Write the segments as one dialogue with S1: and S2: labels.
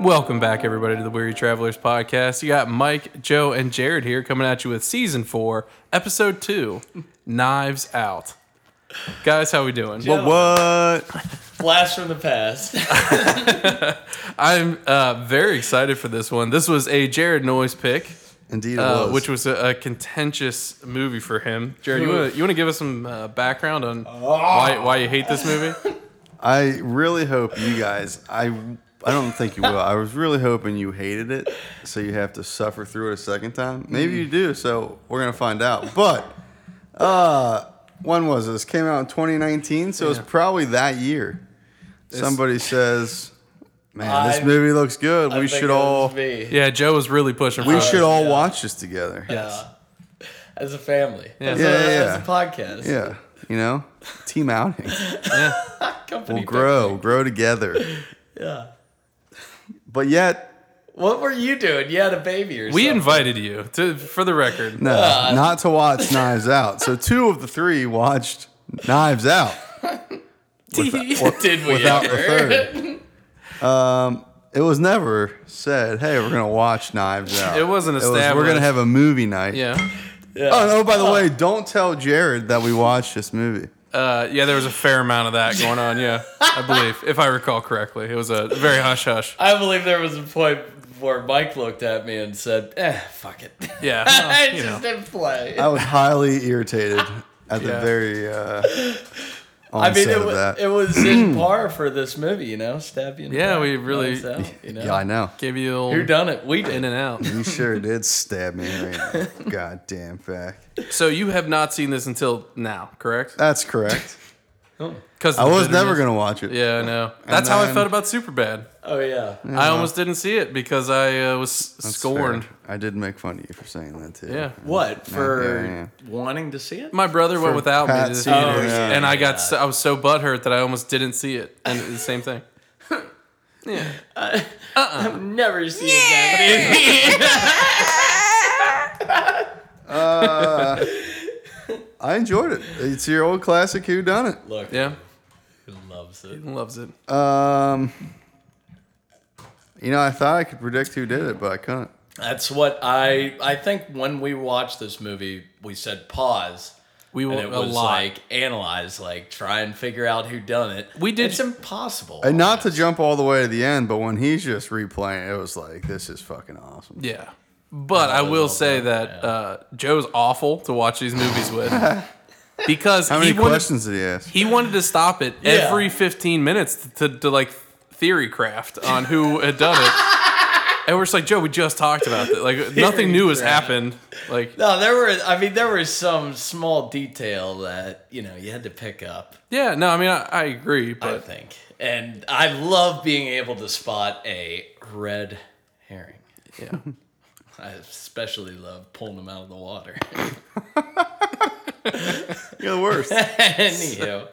S1: Welcome back, everybody, to the Weary Travelers podcast. You got Mike, Joe, and Jared here coming at you with season four, episode two, Knives Out. Guys, how we doing? Well,
S2: What?
S3: Blast from the past.
S1: I'm uh, very excited for this one. This was a Jared Noise pick,
S2: Indeed, it
S1: uh,
S2: was.
S1: which was a, a contentious movie for him. Jared, you want to you wanna give us some uh, background on why, why you hate this movie?
S2: I really hope you guys. I I don't think you will. I was really hoping you hated it, so you have to suffer through it a second time.
S3: Mm.
S2: Maybe you do. So we're gonna find out. But uh, when was this? Came out in 2019, so it's probably that year. Somebody says, "Man, this
S3: I-
S2: movie looks good.
S3: I
S2: we
S3: think
S2: should
S3: it was
S2: all
S3: me. Uh,
S1: Yeah, Joe was really pushing. for
S2: we
S1: us.
S2: should all
S3: yeah.
S2: watch this together." Yeah.
S3: Yeah. As a family. As,
S2: Yeah,
S3: a,
S2: yeah,
S3: as
S2: yeah.
S3: a podcast.
S2: you know, team outing.
S3: Company
S2: We'll grow, grow together.
S3: pic- Yeah.
S2: But yet,
S3: What were you doing? You had a baby or
S1: We
S3: something.
S1: invited you to, for the record.
S2: No,
S3: Uh,
S2: not to watch Knives Out. So two of the three watched Knives Out
S3: Did we
S2: without
S3: ever?
S2: the third. Um, it was never said, "Hey, we're gonna watch Knives Out."
S1: It wasn't
S2: we're
S1: established.
S2: gonna have a movie night.
S1: yeah.
S3: Yeah.
S2: Oh no! By the way, don't tell Jared that we watched this movie.
S1: Uh, yeah, there was a fair amount of that going on. Yeah, I believe, if I recall correctly, it was a very hush hush.
S3: I believe there was a point where Mike looked at me and said, eh, fuck it.
S1: Yeah,
S3: I
S1: well, you
S3: just
S1: know.
S3: didn't play.
S2: I was highly irritated at the
S1: Yeah.
S2: very uh, onset
S3: I mean, it
S2: of
S3: was,
S2: that.
S3: it was in par for this movie, you know? Stab you in the
S1: Yeah,
S3: back,
S1: we really-
S3: knives out, you know?
S2: yeah, I know.
S1: give you a
S3: Who
S1: little
S3: done it? We
S1: in
S3: did.
S1: and out.
S2: You sure did stab me right now. Goddamn fact.
S1: So you have not seen this until now, correct?
S2: That's correct.
S1: Because
S2: I was never gonna watch it.
S1: Yeah, I know. That's how I
S2: then-
S1: felt about Superbad.
S3: Oh, yeah.
S1: I almost didn't see it because I uh, was
S2: That's
S1: scorned.
S2: fair. I did make fun of you for saying that too.
S1: Yeah.
S3: What? For
S2: yeah,
S3: wanting to see it?
S1: My brother went
S2: For
S1: without me
S2: Pat
S1: to the
S2: Cedar,
S1: theater,
S2: yeah.
S1: and I got so, I was so butthurt that I almost didn't see it. And it's the same thing. yeah.
S3: Never seen that movie.
S2: I enjoyed it. It's your old classic Who Done It.
S3: Look,
S1: Yeah.
S3: he loves it.
S1: Loves it.
S2: Um, you know, I thought I could predict who did it, but I couldn't.
S3: That's what I I think when we watched this movie, we said pause.
S1: We
S3: And
S1: will
S3: it
S1: a
S3: was
S1: lot.
S3: like analyze, like try and figure out who done it.
S1: We did-
S3: It's impossible.
S2: And not to jump all the way to the end, but when he's just replaying, it was like this is fucking awesome.
S1: Yeah. But
S3: Oh,
S1: I will say that uh, Joe's awful to watch these movies with because
S2: How many
S1: he, wanted,
S2: questions did he ask?
S1: he wanted to stop it
S3: Yeah.
S1: every 15 minutes to, to, like theory craft on who had done it. and we're just like, Joe, we just talked about that. Like, nothing new has
S3: craft.
S1: happened. Like,
S3: no, there were. I mean, there was some small detail that you know you had to pick up.
S1: yeah, no, I mean, I, I agree,
S3: I
S1: but
S3: think, and I love being able to spot a red herring.
S1: yeah.
S3: I especially love pulling them out of the water.
S2: You're the worst.
S3: Anywho,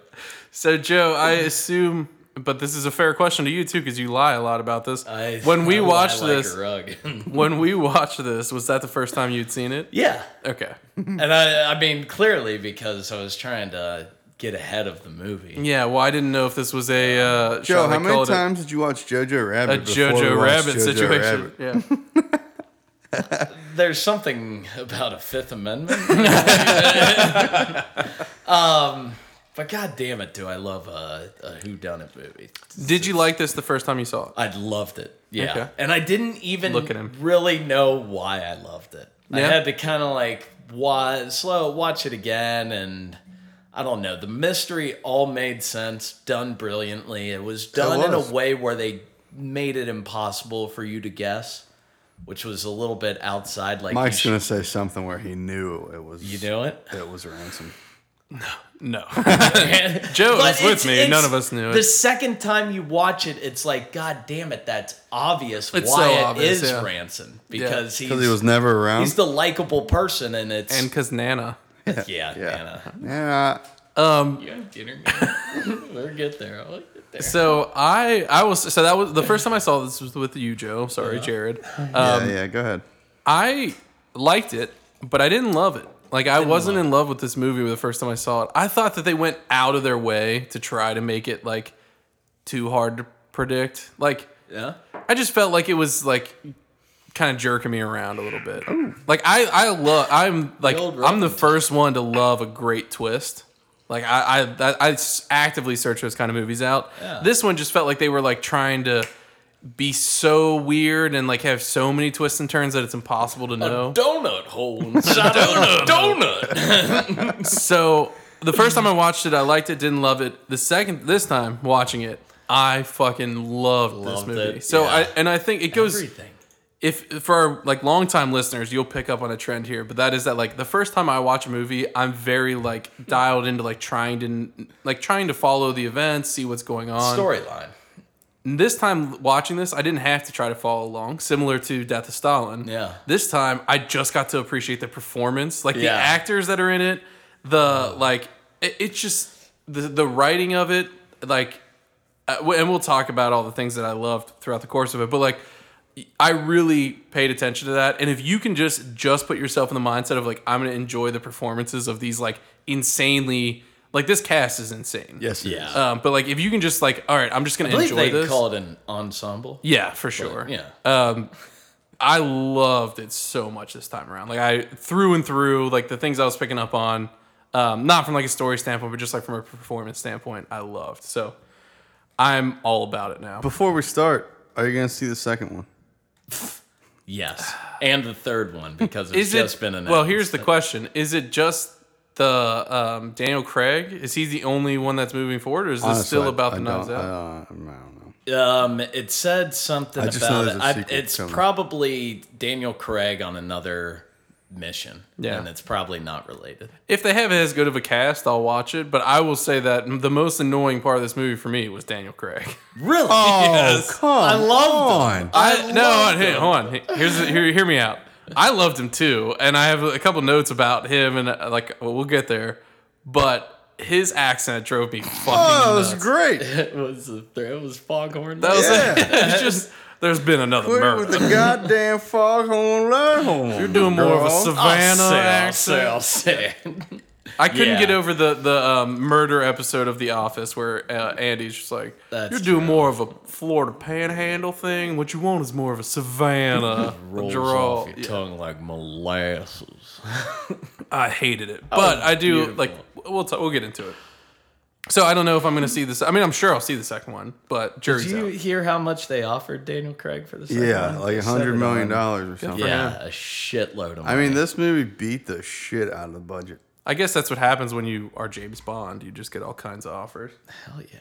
S1: So, Joe, I assume, but this is a fair question to you too, because you lie a lot about this.
S3: I,
S1: when we
S3: I lie
S1: watched
S3: like a
S1: this,
S3: rug.
S1: when we watched this, was that the first time you'd seen it?
S3: yeah,
S1: Okay.
S3: and I, I mean clearly because I was trying to get ahead of the movie.
S1: Yeah, well, I didn't know if this was a uh,
S2: Joe,
S1: shall I
S2: how many
S1: call it a-
S2: times did you watch Jojo
S1: a,
S2: Rabbit? before we
S1: JoJo
S2: watched
S1: Rabbit
S2: Jojo
S1: situation.
S2: Rabbit?
S1: Yeah,
S3: There's something about a Fifth Amendment. um, but god damn it, do I love a, a Who Done It movie?
S1: did you like this the first time you saw it?
S3: I loved it. Yeah,
S1: Okay.
S3: and I didn't even
S1: Look at him.
S3: really know why I loved it. I
S1: Yeah.
S3: had to kind of like wa slow watch it again, and I don't know. The mystery all made sense, done brilliantly. It was done in
S2: was.
S3: a way where they made it impossible for you to guess, which was a little bit outside. Like
S2: Mike's
S3: you,
S2: gonna say something where he knew it was.
S3: should- you know it.
S2: it was ransom.
S1: No, Joe
S3: Joe
S1: was with me. None of us knew
S3: The
S1: it.
S3: second time you watch it, it's like, God damn it, that's obvious
S1: It's
S3: why
S1: so
S3: it
S1: obvious,
S3: is
S1: yeah.
S3: Ransom because
S2: Because
S3: he's
S2: he was never around.
S3: he's the likable person, and it's
S1: and because Nana.
S3: yeah, yeah,
S2: yeah.
S1: Um,
S3: You gotta get her. we'll get there. I'll get there.
S1: so I, I was, so that was the first time I saw this was with you, Joe. Sorry, Jared. Um,
S2: yeah, yeah. Go ahead.
S1: I liked it, but I didn't love it. Like I wasn't in love with this movie the first time I saw it. I thought that they went out of their way to try to make it like too hard to predict. Like
S3: Yeah.
S1: I just felt like it was like kind of jerking me around a little bit. Like I, I love. I'm like
S3: The old
S1: I'm the
S3: Robin
S1: first one to love a great twist. Like I, I, that- I s- actively search those kind of movies out.
S3: Yeah.
S1: This one just felt like they were like trying to be so weird and like have so many twists and turns that it's impossible
S3: Oh,
S1: to know.
S3: Donut hole inside a donut.
S1: so the first time I watched it, I liked it, didn't love it. The second, this time watching it, I fucking loved, this
S3: Loved
S1: movie.
S3: it,
S1: So
S3: yeah.
S1: I and I think it goes
S3: Everything.
S1: if for our like longtime listeners, you'll pick up on a trend here, but that is that like the first time I watch a movie, I'm very like dialed into like trying to like trying to follow the events, see what's going on.
S3: Storyline.
S1: And this time watching this, I didn't have to try to follow along, similar to Death of Stalin.
S3: Yeah.
S1: This time I just got to appreciate the performance, like the
S3: Yeah.
S1: actors that are in it, the like it, it's just the the writing of it, like uh, w- and we'll talk about all the things that I loved throughout the course of it, but like I really paid attention to that. And if you can just just put yourself in the mindset of like I'm going to enjoy the performances of these like insanely like this cast is insane.
S2: Yes. it
S3: Yeah.
S2: is.
S1: Um, but like if you can just like all right, I'm just going
S3: I
S1: to
S3: believe
S1: enjoy
S3: they
S1: this.
S3: call it an ensemble.
S1: Yeah, Uh, for sure.
S3: Yeah.
S1: I loved it so much this time around. Like I through and through, like the things I was picking up on, um, not from like a story standpoint, but just like from a performance standpoint, I loved. So I'm all about it now.
S2: Before we start, are you gonna see the second one?
S3: yes. And the third one because it's
S1: Is it
S3: just been announced.
S1: well? Here's the question: Is it just the um, Daniel Craig? Is he the only one that's moving forward, or is this
S2: Honestly,
S1: still
S2: I-
S1: about
S2: I
S1: the Knives
S2: don't- uh,
S1: Out?
S2: I don't, I don't know.
S3: Um, it said something
S2: I just know
S3: about
S2: there's
S3: it.
S2: a
S3: I,
S2: sequel
S3: it's
S2: coming.
S3: probably Daniel Craig on another mission.
S1: Yeah.
S3: And it's probably not related.
S1: if they have as good of a cast, I'll watch it. But I will say that the most annoying part of this movie for me was Daniel Craig.
S3: Really?
S2: Oh.
S1: Yes.
S2: come I
S3: loved
S2: on.
S1: I, no,
S3: loved
S1: hey,
S3: him.
S1: hold on. Hey, Here's hear, hear me out. I loved him too, and I have a couple notes about him, and uh, like we'll get there. But his accent drove me fucking.
S2: Oh, that was
S1: nuts.
S2: great.
S3: It was a, it was foghorn.
S1: That was
S2: Yeah.
S1: it's just there's been another
S2: Quit
S1: murder.
S2: with the goddamn foghorn leghorn.
S1: You're doing more of a
S2: girl.
S1: Savannah accent.
S3: I'll say, I'll say.
S1: I couldn't
S3: Yeah.
S1: get over the the um, murder episode of The Office where uh, Andy's just like,
S3: That's
S1: "You're doing more of a Florida Panhandle thing. What you want is more of a Savannah
S3: Rolls
S1: drawl."
S3: off your
S1: Yeah.
S3: tongue like molasses.
S1: I hated it, but I do
S3: Oh, beautiful.
S1: like. We'll t- we'll get into it. So I don't know if I'm going to see this. I mean, I'm sure I'll see the second one, but
S3: Did
S1: jury's
S3: you
S1: out.
S3: hear how much they offered Daniel Craig for this?
S2: Yeah, like a hundred million dollars or something.
S3: Yeah, a shitload of money.
S2: I mean, this movie beat the shit out of the budget.
S1: I guess that's what happens when you are James Bond. You just get all kinds of offers.
S3: hell yeah.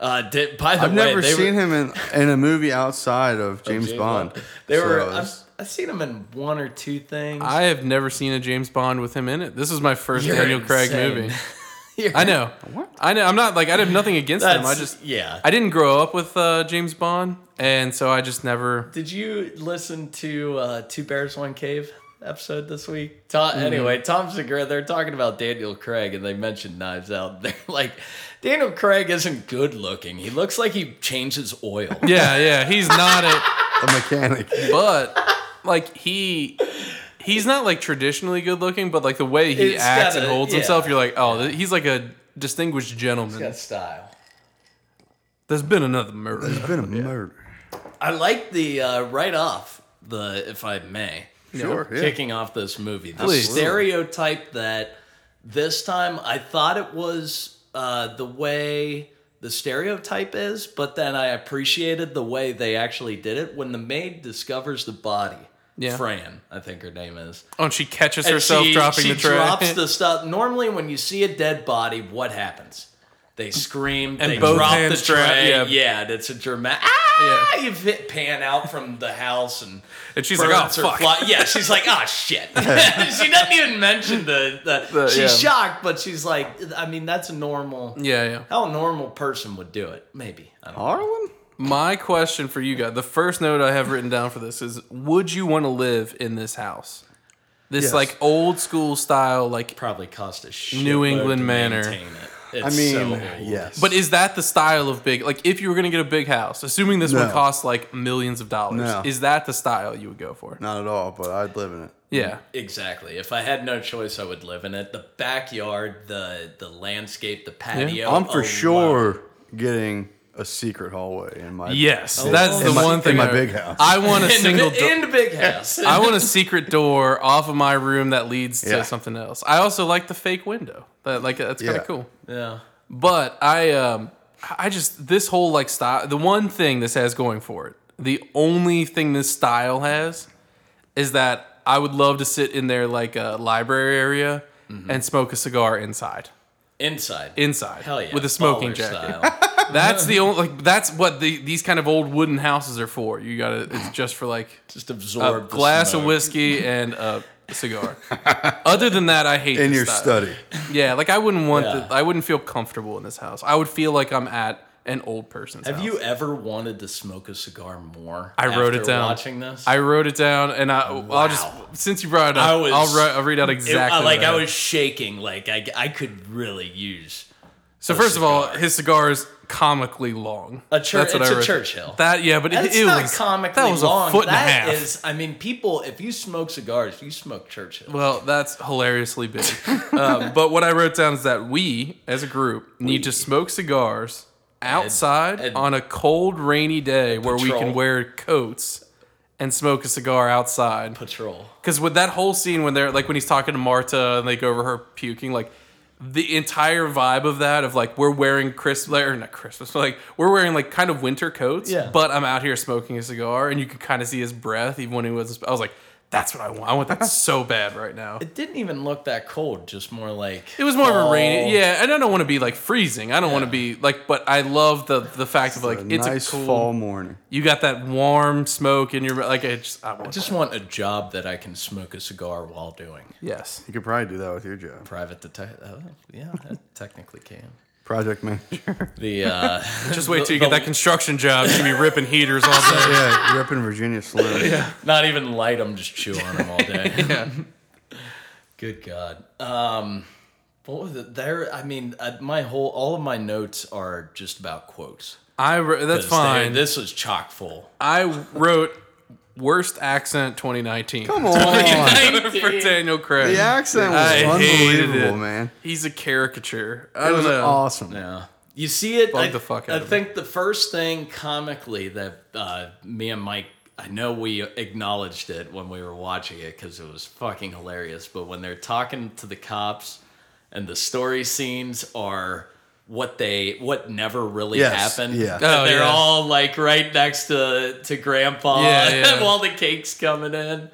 S3: Uh, did, by the
S2: I've
S3: way,
S2: never
S3: they were-
S2: seen him in, in a movie outside of James,
S3: James
S2: Bond.
S3: They
S2: So
S3: were.
S2: it
S3: I've,
S2: was-
S3: I've seen him in one or two things.
S1: I have never seen a James Bond with him in it. This is my 1st
S3: You're
S1: Daniel Craig
S3: insane.
S1: movie.
S3: You're-
S1: I know. What? I know. I'm not like I have nothing against him. I
S3: That's-
S1: just
S3: yeah.
S1: I didn't grow up with uh, James Bond, and so I just never.
S3: Did you listen to uh, Two Bears One Cave episode this week? Tom, Anyway, Tom Segura, they're talking about Daniel Craig, and they mentioned Knives Out. They're like, Daniel Craig isn't good looking. He looks like he changes oil.
S1: Yeah, yeah. He's not a.
S2: a mechanic.
S1: but like he he's not like traditionally good looking but like the way he
S3: It's
S1: acts
S3: gotta-
S1: and holds
S3: yeah.
S1: himself you're like oh th- he's like a distinguished gentleman
S3: Got style.
S1: there's been another murder
S2: It's been a murder.
S3: I like the uh, right off the if I may
S2: Sure. Yeah.
S3: kicking off this movie. The
S1: Please.
S3: stereotype that this time I thought it was uh, the way the stereotype is, but then I appreciated the way they actually did it when the maid discovers the body.
S1: Yeah.
S3: Fran, I think her name is.
S1: oh and she catches
S3: And
S1: herself
S3: she-
S1: dropping
S3: she
S1: the tray
S3: drops the stuff. Normally, when you see a dead body, what happens? They scream.
S1: And
S3: they
S1: both
S3: drop
S1: hands
S3: the
S1: dra-
S3: tray.
S1: yeah.
S3: yeah, and it's a dramatic. Ah, you fit pan out from the house, and
S1: And she's like, "Oh,
S3: birds are
S1: fuck."
S3: fly- Yeah, she's like, oh shit. she doesn't even mention the. the,
S1: The-
S3: she's
S1: yeah.
S3: shocked, but she's like, I mean, that's a normal.
S1: yeah yeah
S3: How a normal person would do it, maybe. I don't know.
S2: Harlan?
S1: my question for you guys the first note i have written down for this is would you want to live in this house this
S2: Yes.
S1: like old school style like
S3: Probably cost a shit.
S1: England manor.
S3: It's
S2: I mean,
S3: so old.
S2: yes.
S1: but is that the style of big like if you were gonna get a big house assuming this one
S2: No.
S1: costs like millions of dollars
S2: No.
S1: is that the style you would go for
S2: not at all. But I'd live in it.
S1: yeah
S3: Exactly. If I had no choice, I would live in it. The backyard, the the landscape, the patio.
S2: I'm for
S3: alone.
S2: sure getting a secret hallway in my
S1: Yes, that's
S3: in
S1: the
S2: my-
S1: one
S2: Oh. in
S1: thing.
S2: my
S1: I-
S2: big house.
S1: I want a single
S3: in,
S1: door.
S3: the big house.
S1: I want a secret door off of my room that leads to
S2: Yeah.
S1: something else. I also like the fake window. That like that's kind
S2: Yeah.
S1: of cool.
S3: yeah.
S1: But I um I just this whole like style the one thing this has going for it. The only thing this style has is that I would love to sit in their like uh, library area
S3: Mm-hmm.
S1: and smoke a cigar inside.
S3: Inside.
S1: Inside.
S3: Hell yeah.
S1: With a smoking
S3: Baller
S1: jacket.
S3: style.
S1: That's the only like that's what the, these kind of old wooden houses are for. You got to it's just for like
S3: Just
S1: a
S3: absorb the
S1: glass
S3: smoke.
S1: of whiskey and a cigar. Other than that, I hate
S2: in
S1: this
S2: your
S1: style.
S2: study.
S1: Yeah, like I wouldn't want.
S3: Yeah.
S1: The, I wouldn't feel comfortable in this house. I would feel like I'm at an old person's
S3: Have
S1: house.
S3: you ever wanted to smoke a cigar more?
S1: I wrote
S3: after
S1: it down.
S3: Watching this,
S1: I wrote it down, and I, I'll just
S3: Wow.
S1: since you brought it up,
S3: I
S1: I
S3: was-
S1: will write, I'll read out
S3: It-
S1: exactly.
S3: I, like
S1: what
S3: I
S1: had.
S3: was shaking. Like I, I could really use.
S1: So first of all,
S3: cigar.
S1: his cigar is comically long.
S3: A chur-
S1: That's what
S3: it's
S1: I
S3: a
S1: wrote.
S3: Churchill.
S1: That yeah, but
S3: That's
S1: it, it
S3: not
S1: was
S3: comically
S1: That was
S3: long.
S1: a foot and a
S3: That
S1: half.
S3: is- I mean, people. If you smoke cigars, you smoke Churchill.
S1: Well, that's hilariously big. um, but what I wrote down is that we, as a group, need to smoke cigars outside
S3: and-
S1: on a cold, rainy day where we
S3: patrol.
S1: can wear coats and smoke a cigar outside.
S3: Patrol.
S1: Because with that whole scene when they're like when he's talking to Marta and they go over her puking, like the entire vibe of that of like we're wearing Christmas or not Christmas, but like we're wearing like kind of winter coats.
S3: Yeah.
S1: But I'm out here smoking a cigar, and you could kind of see his breath even when he was. I was like, that's what I want. I want that so bad right now.
S3: It didn't even look that cold. Just more like
S1: It was more of a rainy,
S3: fall.
S1: yeah. And I don't want to be like freezing. I don't want to be like, but I love the the fact of like
S2: a
S1: it's
S2: nice
S1: a cool.
S2: fall morning.
S1: You got that warm smoke in your like. I just, I
S3: I
S1: want
S3: just want a job that I can smoke a cigar while doing.
S1: yes.
S2: You could probably do that with your job.
S3: Private detective. Oh, yeah, I technically can.
S2: Project manager.
S3: The uh,
S1: Just wait till you get that construction job. You be ripping heaters all day.
S2: yeah, you're up in Virginia Slim. yeah.
S3: not even light them, just chew on them all day. Good God. Um, what was it? There, I mean, uh, my whole, all of my notes are just about quotes.
S1: I wr- that's
S3: 'Cause they-
S1: fine.
S3: This was chock full.
S1: I wrote worst accent 2019
S2: Come on.
S1: for Daniel Craig.
S2: The accent was
S1: I hated
S2: unbelievable,
S1: it.
S2: man.
S1: He's a caricature. I
S2: It
S1: don't
S2: was
S1: know.
S2: awesome.
S3: Yeah. You see it.
S1: Bugged
S3: I,
S1: the fuck out
S3: I
S1: of me.
S3: think the first thing comically that uh, me and Mike, I know we acknowledged it when we were watching it because it was fucking hilarious. But when they're talking to the cops, and the story scenes are what they what never really
S2: Yes,
S3: happened.
S2: yeah.
S3: And
S1: Oh,
S3: they're
S1: yeah.
S3: all like right next to to Grandpa
S1: Yeah, yeah.
S3: while the cake's coming in.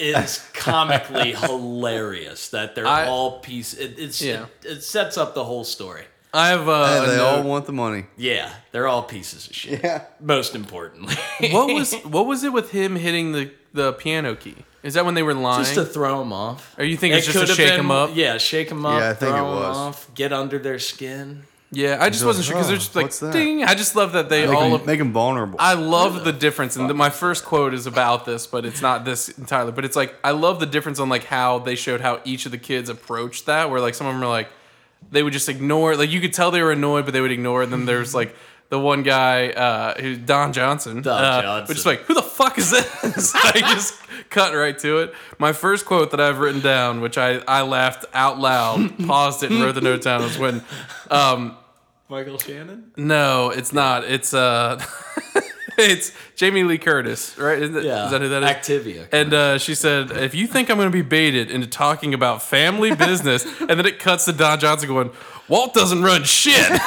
S3: is comically hilarious. That they're
S1: I-
S3: all piece. It, it's
S1: Yeah.
S3: it, it sets up the whole story.
S1: I have uh,
S2: Hey,
S1: a
S2: they
S1: note.
S2: all want the money.
S3: Yeah, they're all pieces of shit.
S2: Yeah.
S3: Most importantly,
S1: what was what was it with him hitting the the piano key? Is that when they were lying?
S3: just to throw them off.
S1: Or you think it's just to
S3: could've
S1: shake 'em up?
S3: Yeah, shake them up.
S2: Yeah, I think
S3: throw
S2: it
S3: 'em
S2: was.
S3: Off, get under their skin.
S1: yeah, I just wasn't sure because they're
S2: Oh,
S1: just like
S2: what's that?
S1: ding. I just love that they
S2: Make,
S1: all.
S2: them,
S1: of,
S2: make them vulnerable.
S1: I love the difference, and my first quote is about this, but it's not this entirely. But it's like I love the difference on like how they showed how each of the kids approached that. Where like some of them are like they would just ignore, it. like you could tell they were annoyed, but they would ignore. it. And then
S3: Mm-hmm.
S1: there's like the one guy uh, who Don Johnson,
S3: Don
S1: uh,
S3: Johnson.
S1: which is like who the fuck is this? I just cut right to it. My first quote that I've written down, which I I laughed out loud, paused it, and wrote the note down, was when
S3: Michael Shannon.
S1: no, it's not. It's uh, it's Jamie Lee Curtis, right? Isn't it-
S3: Yeah,
S1: is that who that is?
S3: Activia.
S1: And uh, she said, "If you think I'm going to be baited into talking about family business," and then it cuts to Don Johnson going, "Walt doesn't run shit."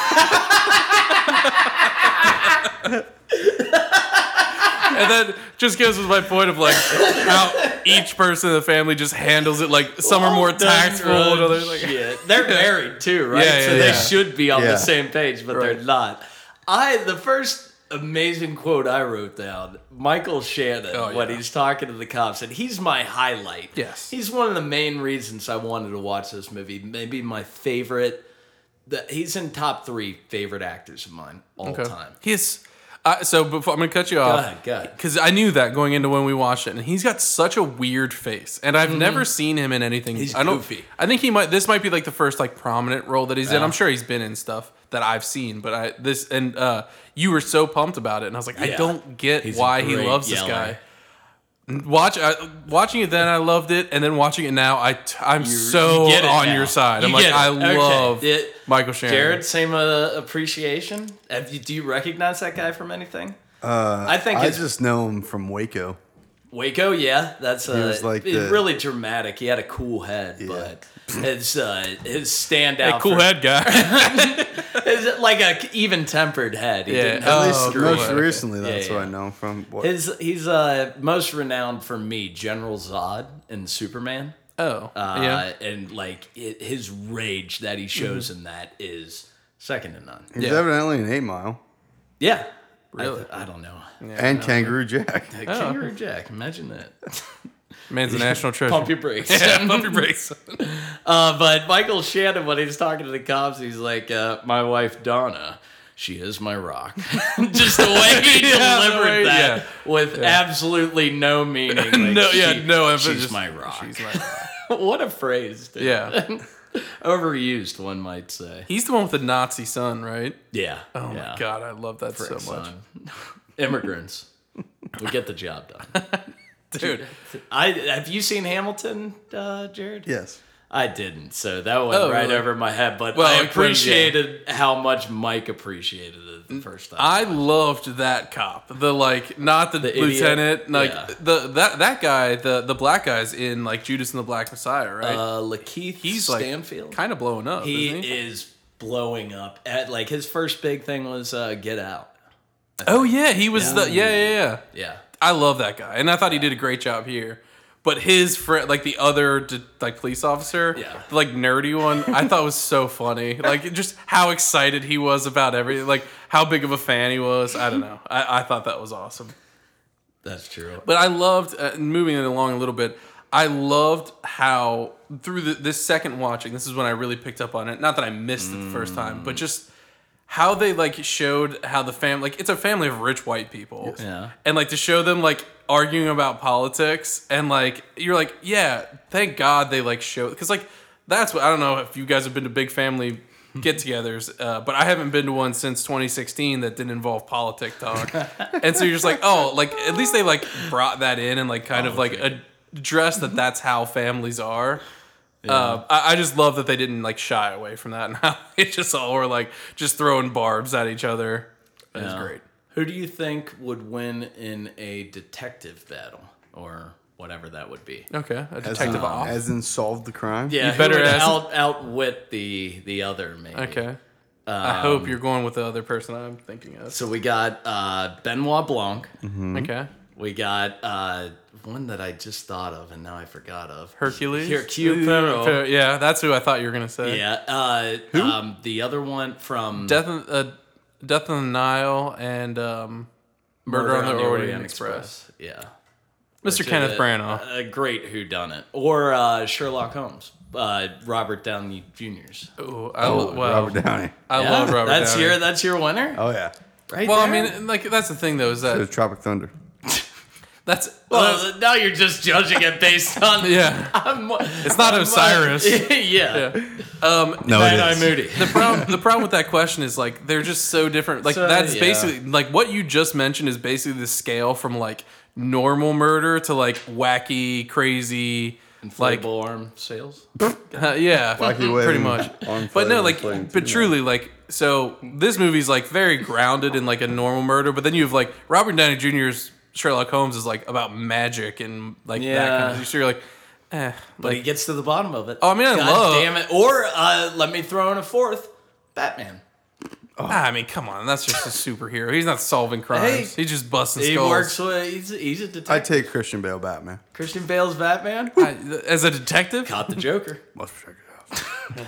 S1: and that just goes with my point of like how each person in the family just handles it. Like some are more tactful, and others like
S3: Shit. They're married too, right?
S1: Yeah, yeah,
S3: so they
S1: yeah.
S3: should be on
S2: Yeah.
S3: the same page, but they're
S1: Right.
S3: not. I the first amazing quote I wrote down, Michael Shannon,
S1: Oh,
S3: when
S1: yeah.
S3: he's talking to the cops, and he's my highlight.
S1: Yes.
S3: He's one of the main reasons I wanted to watch this movie. Maybe my favorite the, he's in top three favorite actors of mine all
S1: Okay.
S3: time.
S1: He's uh, so before I'm gonna cut you off.
S3: ahead, go ahead.
S1: Because I knew that going into when we watched it, and he's got such a weird face, and I've never seen him in anything.
S3: Mm-hmm. He's
S1: I don't,
S3: goofy.
S1: I think he might. This might be like the first like prominent role that he's in. I'm sure he's been in stuff that I've seen, but I this and uh, you were so pumped about it, and I was like, I
S3: Yeah.
S1: don't get
S3: He's a
S1: why he
S3: great
S1: loves this
S3: yeller.
S1: guy. Watch I, watching it then I loved it, and then watching it now I t- I'm so
S3: you get it
S1: on
S3: now.
S1: your side. I'm
S3: You
S1: like
S3: get it.
S1: I
S3: Okay.
S1: love
S3: It-
S1: Michael Shannon.
S3: Jared, same uh, appreciation. Have you, do you recognize that guy from anything? Uh, I think
S2: I
S3: it's
S2: just know him from Waco.
S3: Waco. Yeah, that's uh,
S2: was like
S3: it-
S2: the-
S3: really dramatic. He had a cool head, but his uh, his standout.
S1: Hey, cool
S3: for-
S1: head guy.
S3: His, like a even tempered head. He
S1: Yeah, Oh.
S3: didn't
S1: at
S3: have
S1: least
S3: a screw
S2: Most
S1: Waco.
S3: up.
S2: recently, that's
S3: Yeah,
S2: where
S3: yeah.
S2: I know him from. What-
S3: His he's uh, most renowned for me, General Zod in Superman.
S1: oh
S3: Uh,
S1: yeah. Mm-hmm.
S3: and like it, his rage that he shows in that is second to none.
S2: he's
S1: yeah.
S2: evidently an Eight Mile
S3: Yeah,
S1: Really? Oh.
S3: I, I don't know.
S2: and Kangaroo Jack.
S3: Like Kangaroo Jack, imagine that.
S1: Man's a national treasure.
S3: Pump your brakes.
S1: yeah, pump your brakes.
S3: Uh, but Michael Shannon, when he's talking to the cops, he's like, uh, "My wife Donna, she is my rock." Just the way
S1: Yeah,
S3: he
S1: the
S3: delivered
S1: way-
S3: that
S1: yeah.
S3: with absolutely no meaning. Like,
S1: No, yeah,
S3: she-
S1: no emphasis,
S3: She's
S1: just-
S3: my rock.
S1: She's my-
S3: what a phrase. Dude.
S1: yeah,
S3: Overused, one might say.
S1: he's the one with the Nazi son, right?
S3: Yeah.
S1: Oh
S3: yeah.
S1: my god, I love that so much,
S3: Son. Immigrants. we get the job done.
S1: dude.
S3: I have you seen Hamilton, uh, Jared?
S2: Yes.
S3: I didn't, so that went
S1: Oh,
S3: right
S1: really?
S3: over my head. But
S1: Well, it
S3: I
S1: could've-
S3: appreciated how much Mike appreciated it the first time.
S1: Mm, I loved that cop. The like, not the,
S3: idiot.
S1: lieutenant. Like
S3: Yeah.
S1: the that that guy, the the black guy's in like Judas and the Black Messiah, right?
S3: uh, Lakeith
S1: he's like
S3: Stanfield.
S1: kind of blowing up.
S3: he
S1: isn't he?
S3: is blowing up. At like his first big thing was uh, Get Out.
S1: Oh yeah, he was the yeah yeah yeah.
S3: Yeah,
S1: I love that guy, and I thought he did a great job here. But his friend, like the other d- like police officer,
S3: Yeah.
S1: the, like nerdy one, I thought was so funny. Like just how excited he was about everything, like how big of a fan he was. I don't know. I, I thought that was awesome.
S3: that's true.
S1: But I loved uh, moving it along a little bit. I loved how through the, this second watching, this is when I really picked up on it. Not that I missed it the first time, but just how they like showed how the family, like it's a family of rich white people,
S3: Yeah.
S1: and like to show them like arguing about politics and like you're like yeah, thank God they like show because like that's what I don't know if you guys have been to big family get-togethers, uh, but I haven't been to one since 2016 that didn't involve politic talk, and so you're just like oh like at least they like brought that in and like kind of like addressed that that's how families are. Uh, I, I just love that they didn't like shy away from that, and how they just all were like just throwing barbs at each other. It was
S3: Yeah.
S1: great.
S3: Who do you think would win in a detective battle or whatever that would be?
S1: Okay, a
S2: As
S1: detective
S2: in,
S1: off.
S2: as in solve the crime.
S3: Yeah,
S1: better
S3: who would
S1: ask-
S3: out outwit the the other maybe.
S1: okay,
S3: Um,
S1: I hope you're going with the other person I'm thinking of.
S3: So we got uh, Benoit Blanc.
S1: Okay,
S3: We got uh, one that I just thought of and now I forgot of.
S1: Hercules.
S3: Hercule Poirot.
S1: Poirot, Yeah, that's who I thought you were gonna say.
S3: Yeah. Uh, Um, the other one from
S1: Death, in- uh, Death on the Nile, and um, Murder, on the, Orient, Express.
S3: Yeah.
S1: Mr. Kenneth
S3: uh,
S1: Branagh.
S3: A, a great Who Done It or uh, Sherlock Holmes, uh, Robert Downey Jr.'s.
S1: Ooh, I,
S2: Oh,
S1: lo- wow.
S2: Robert Downey.
S1: I love Robert.
S3: That's
S1: Downey.
S3: your that's your winner,
S2: Oh yeah.
S3: right?
S1: Well, I
S3: there?
S1: mean, like that's the thing though is
S2: It was
S1: that
S2: Tropic Thunder.
S1: that's uh,
S3: Well, now you're just judging it based on.
S1: yeah.
S3: I'm,
S1: It's not
S3: I'm, uh,
S1: Osiris.
S3: yeah.
S2: No,
S3: Bad Eye Moody.
S1: the problem the problem with that question is like they're just so different like
S3: So,
S1: that's
S3: yeah.
S1: basically like what you just mentioned is basically the scale from like normal murder to like wacky crazy like
S3: Inflatable arm sales.
S1: yeah
S2: Wacky way
S1: pretty
S2: of
S1: much
S2: arm
S1: but no
S2: flailing,
S1: like
S2: flailing
S1: but
S2: too.
S1: truly like so this movie's like very grounded in like a normal murder but then you have like Robert Downey Jr.'s Sherlock Holmes is like about magic and like that kind
S3: Yeah.
S1: of so you're like eh
S3: But
S1: like
S3: he gets to the bottom of it.
S1: I mean, I
S3: God
S1: love-
S3: damn it. Or uh, let me throw in a fourth, Batman.
S1: ah, I mean come on that's just a superhero he's not solving crimes he's just busting
S3: He
S1: skulls
S3: works with. He's, he's a
S2: I
S3: detective.
S2: take Christian Bale Batman.
S3: Christian Bale's Batman.
S1: I- as a detective
S3: Caught the Joker.
S2: Must check it out.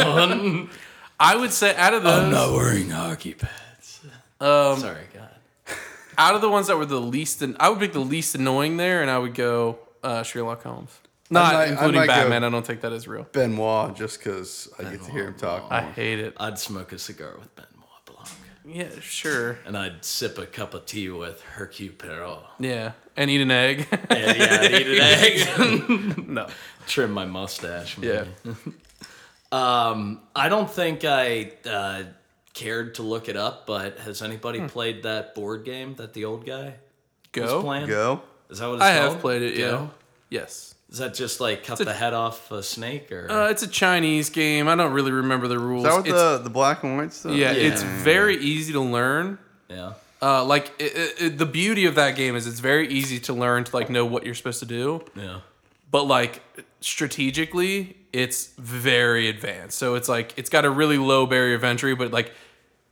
S1: I would say out of
S2: Oh,
S1: those,
S3: wearing hockey pads.
S1: um,
S3: Sorry, God.
S1: out of the ones that were the least, an- I would pick the least annoying there, and I would go uh, Sherlock Holmes. Not
S2: might- I
S1: including
S2: might go-
S1: Batman. I don't think that is real.
S2: Benoit, just because I get to hear him talk.
S1: I
S2: more.
S1: hate it.
S3: I'd smoke a cigar with Benoit Blanc.
S1: Yeah, sure.
S3: And I'd sip a cup of tea with Hercule Poirot.
S1: Yeah, and eat an egg.
S3: And yeah, I'd eat an egg.
S1: no.
S3: Trim my mustache. Maybe.
S1: Yeah.
S3: Um, I don't think I uh, Hmm. cared to look it up, but has anybody played that board game that the old guy
S1: Go.
S3: playing?
S2: Go.
S3: Is that what it's
S1: I
S3: called?
S1: have played it. Yeah.
S3: Go?
S1: Yes.
S3: Is that just like cut the head off a snake or?
S1: Uh, it's a Chinese game. I don't really remember the rules.
S2: Is that what
S1: It's-
S2: the, the black and white stuff?
S1: yeah,
S3: Yeah.
S1: it's very easy to learn.
S3: yeah.
S1: Uh, like it, it, it- the beauty of that game is it's very easy to learn to like know what you're supposed to do,
S3: Yeah.
S1: but like strategically, it's very advanced. So it's like it's got a really low barrier of entry, but like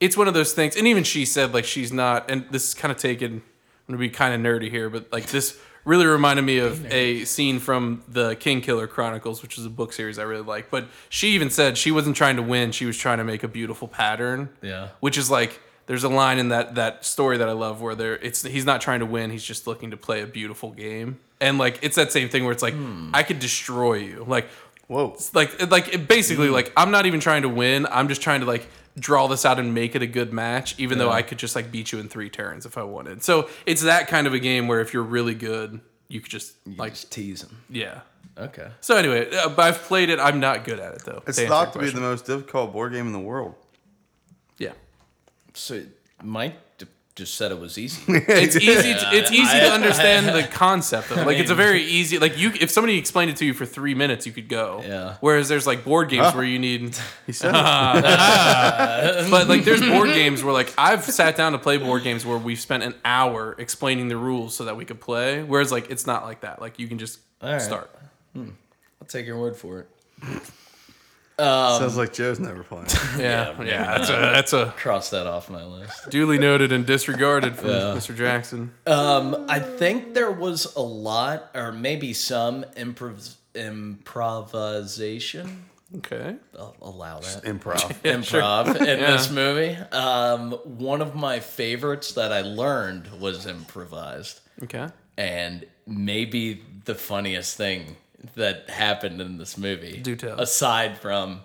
S1: it's one of those things. And even she said like she's not. And this is kind of taken. I'm gonna be kind of nerdy here, but like this really reminded me of a scene from the King Killer Chronicles, which is a book series I really like. But she even said she wasn't trying to win; she was trying to make a beautiful pattern
S3: Yeah.
S1: which is like there's a line in that that story that I love where there it's he's not trying to win, he's just looking to play a beautiful game. And like it's that same thing where it's like I could destroy you. Like
S2: Whoa.
S1: it's like it- like it basically like I'm not even trying to win, I'm just trying to like draw this out and make it a good match even though I could just like beat you in 3 turns if I wanted. So it's that kind of a game where if you're really good, you could just like
S3: Just teasing.
S1: yeah.
S3: Okay.
S1: So anyway, uh, but I've played it. I'm not good at it though.
S2: It's
S1: answer your
S2: thought to be the
S1: question.
S2: most difficult board game in the world.
S1: yeah.
S3: So Mike d- just said it was easy.
S1: it's easy.
S3: Yeah,
S1: it's easy
S3: I-
S1: to understand the concept of. Like, it's a
S3: mean-
S1: very easy. Like, you if somebody explained it to you for three minutes, you could go.
S3: Yeah.
S1: Whereas there's like board games where you need.
S2: He said it.
S1: Um, But like, there's board games where like I've sat down to play board games where we've spent an hour explaining the rules so that we could play. Whereas like it's not like that. Like you can just
S3: All right.
S1: start.
S3: I'll take your word for it.
S2: sounds like Joe's never playing.
S1: Yeah. Yeah. that's a that's a
S3: Cross that off my list.
S1: duly noted and disregarded from Mr. Jackson.
S3: Um, I think there was a lot, or maybe some improv- improvisation.
S1: Okay.
S3: I'll allow that.
S2: Improv.
S3: improv in this movie. Um, one of my favorites that I learned was improvised,
S1: Okay.
S3: and maybe the funniest thing that happened in this movie.
S1: Do tell.
S3: Aside from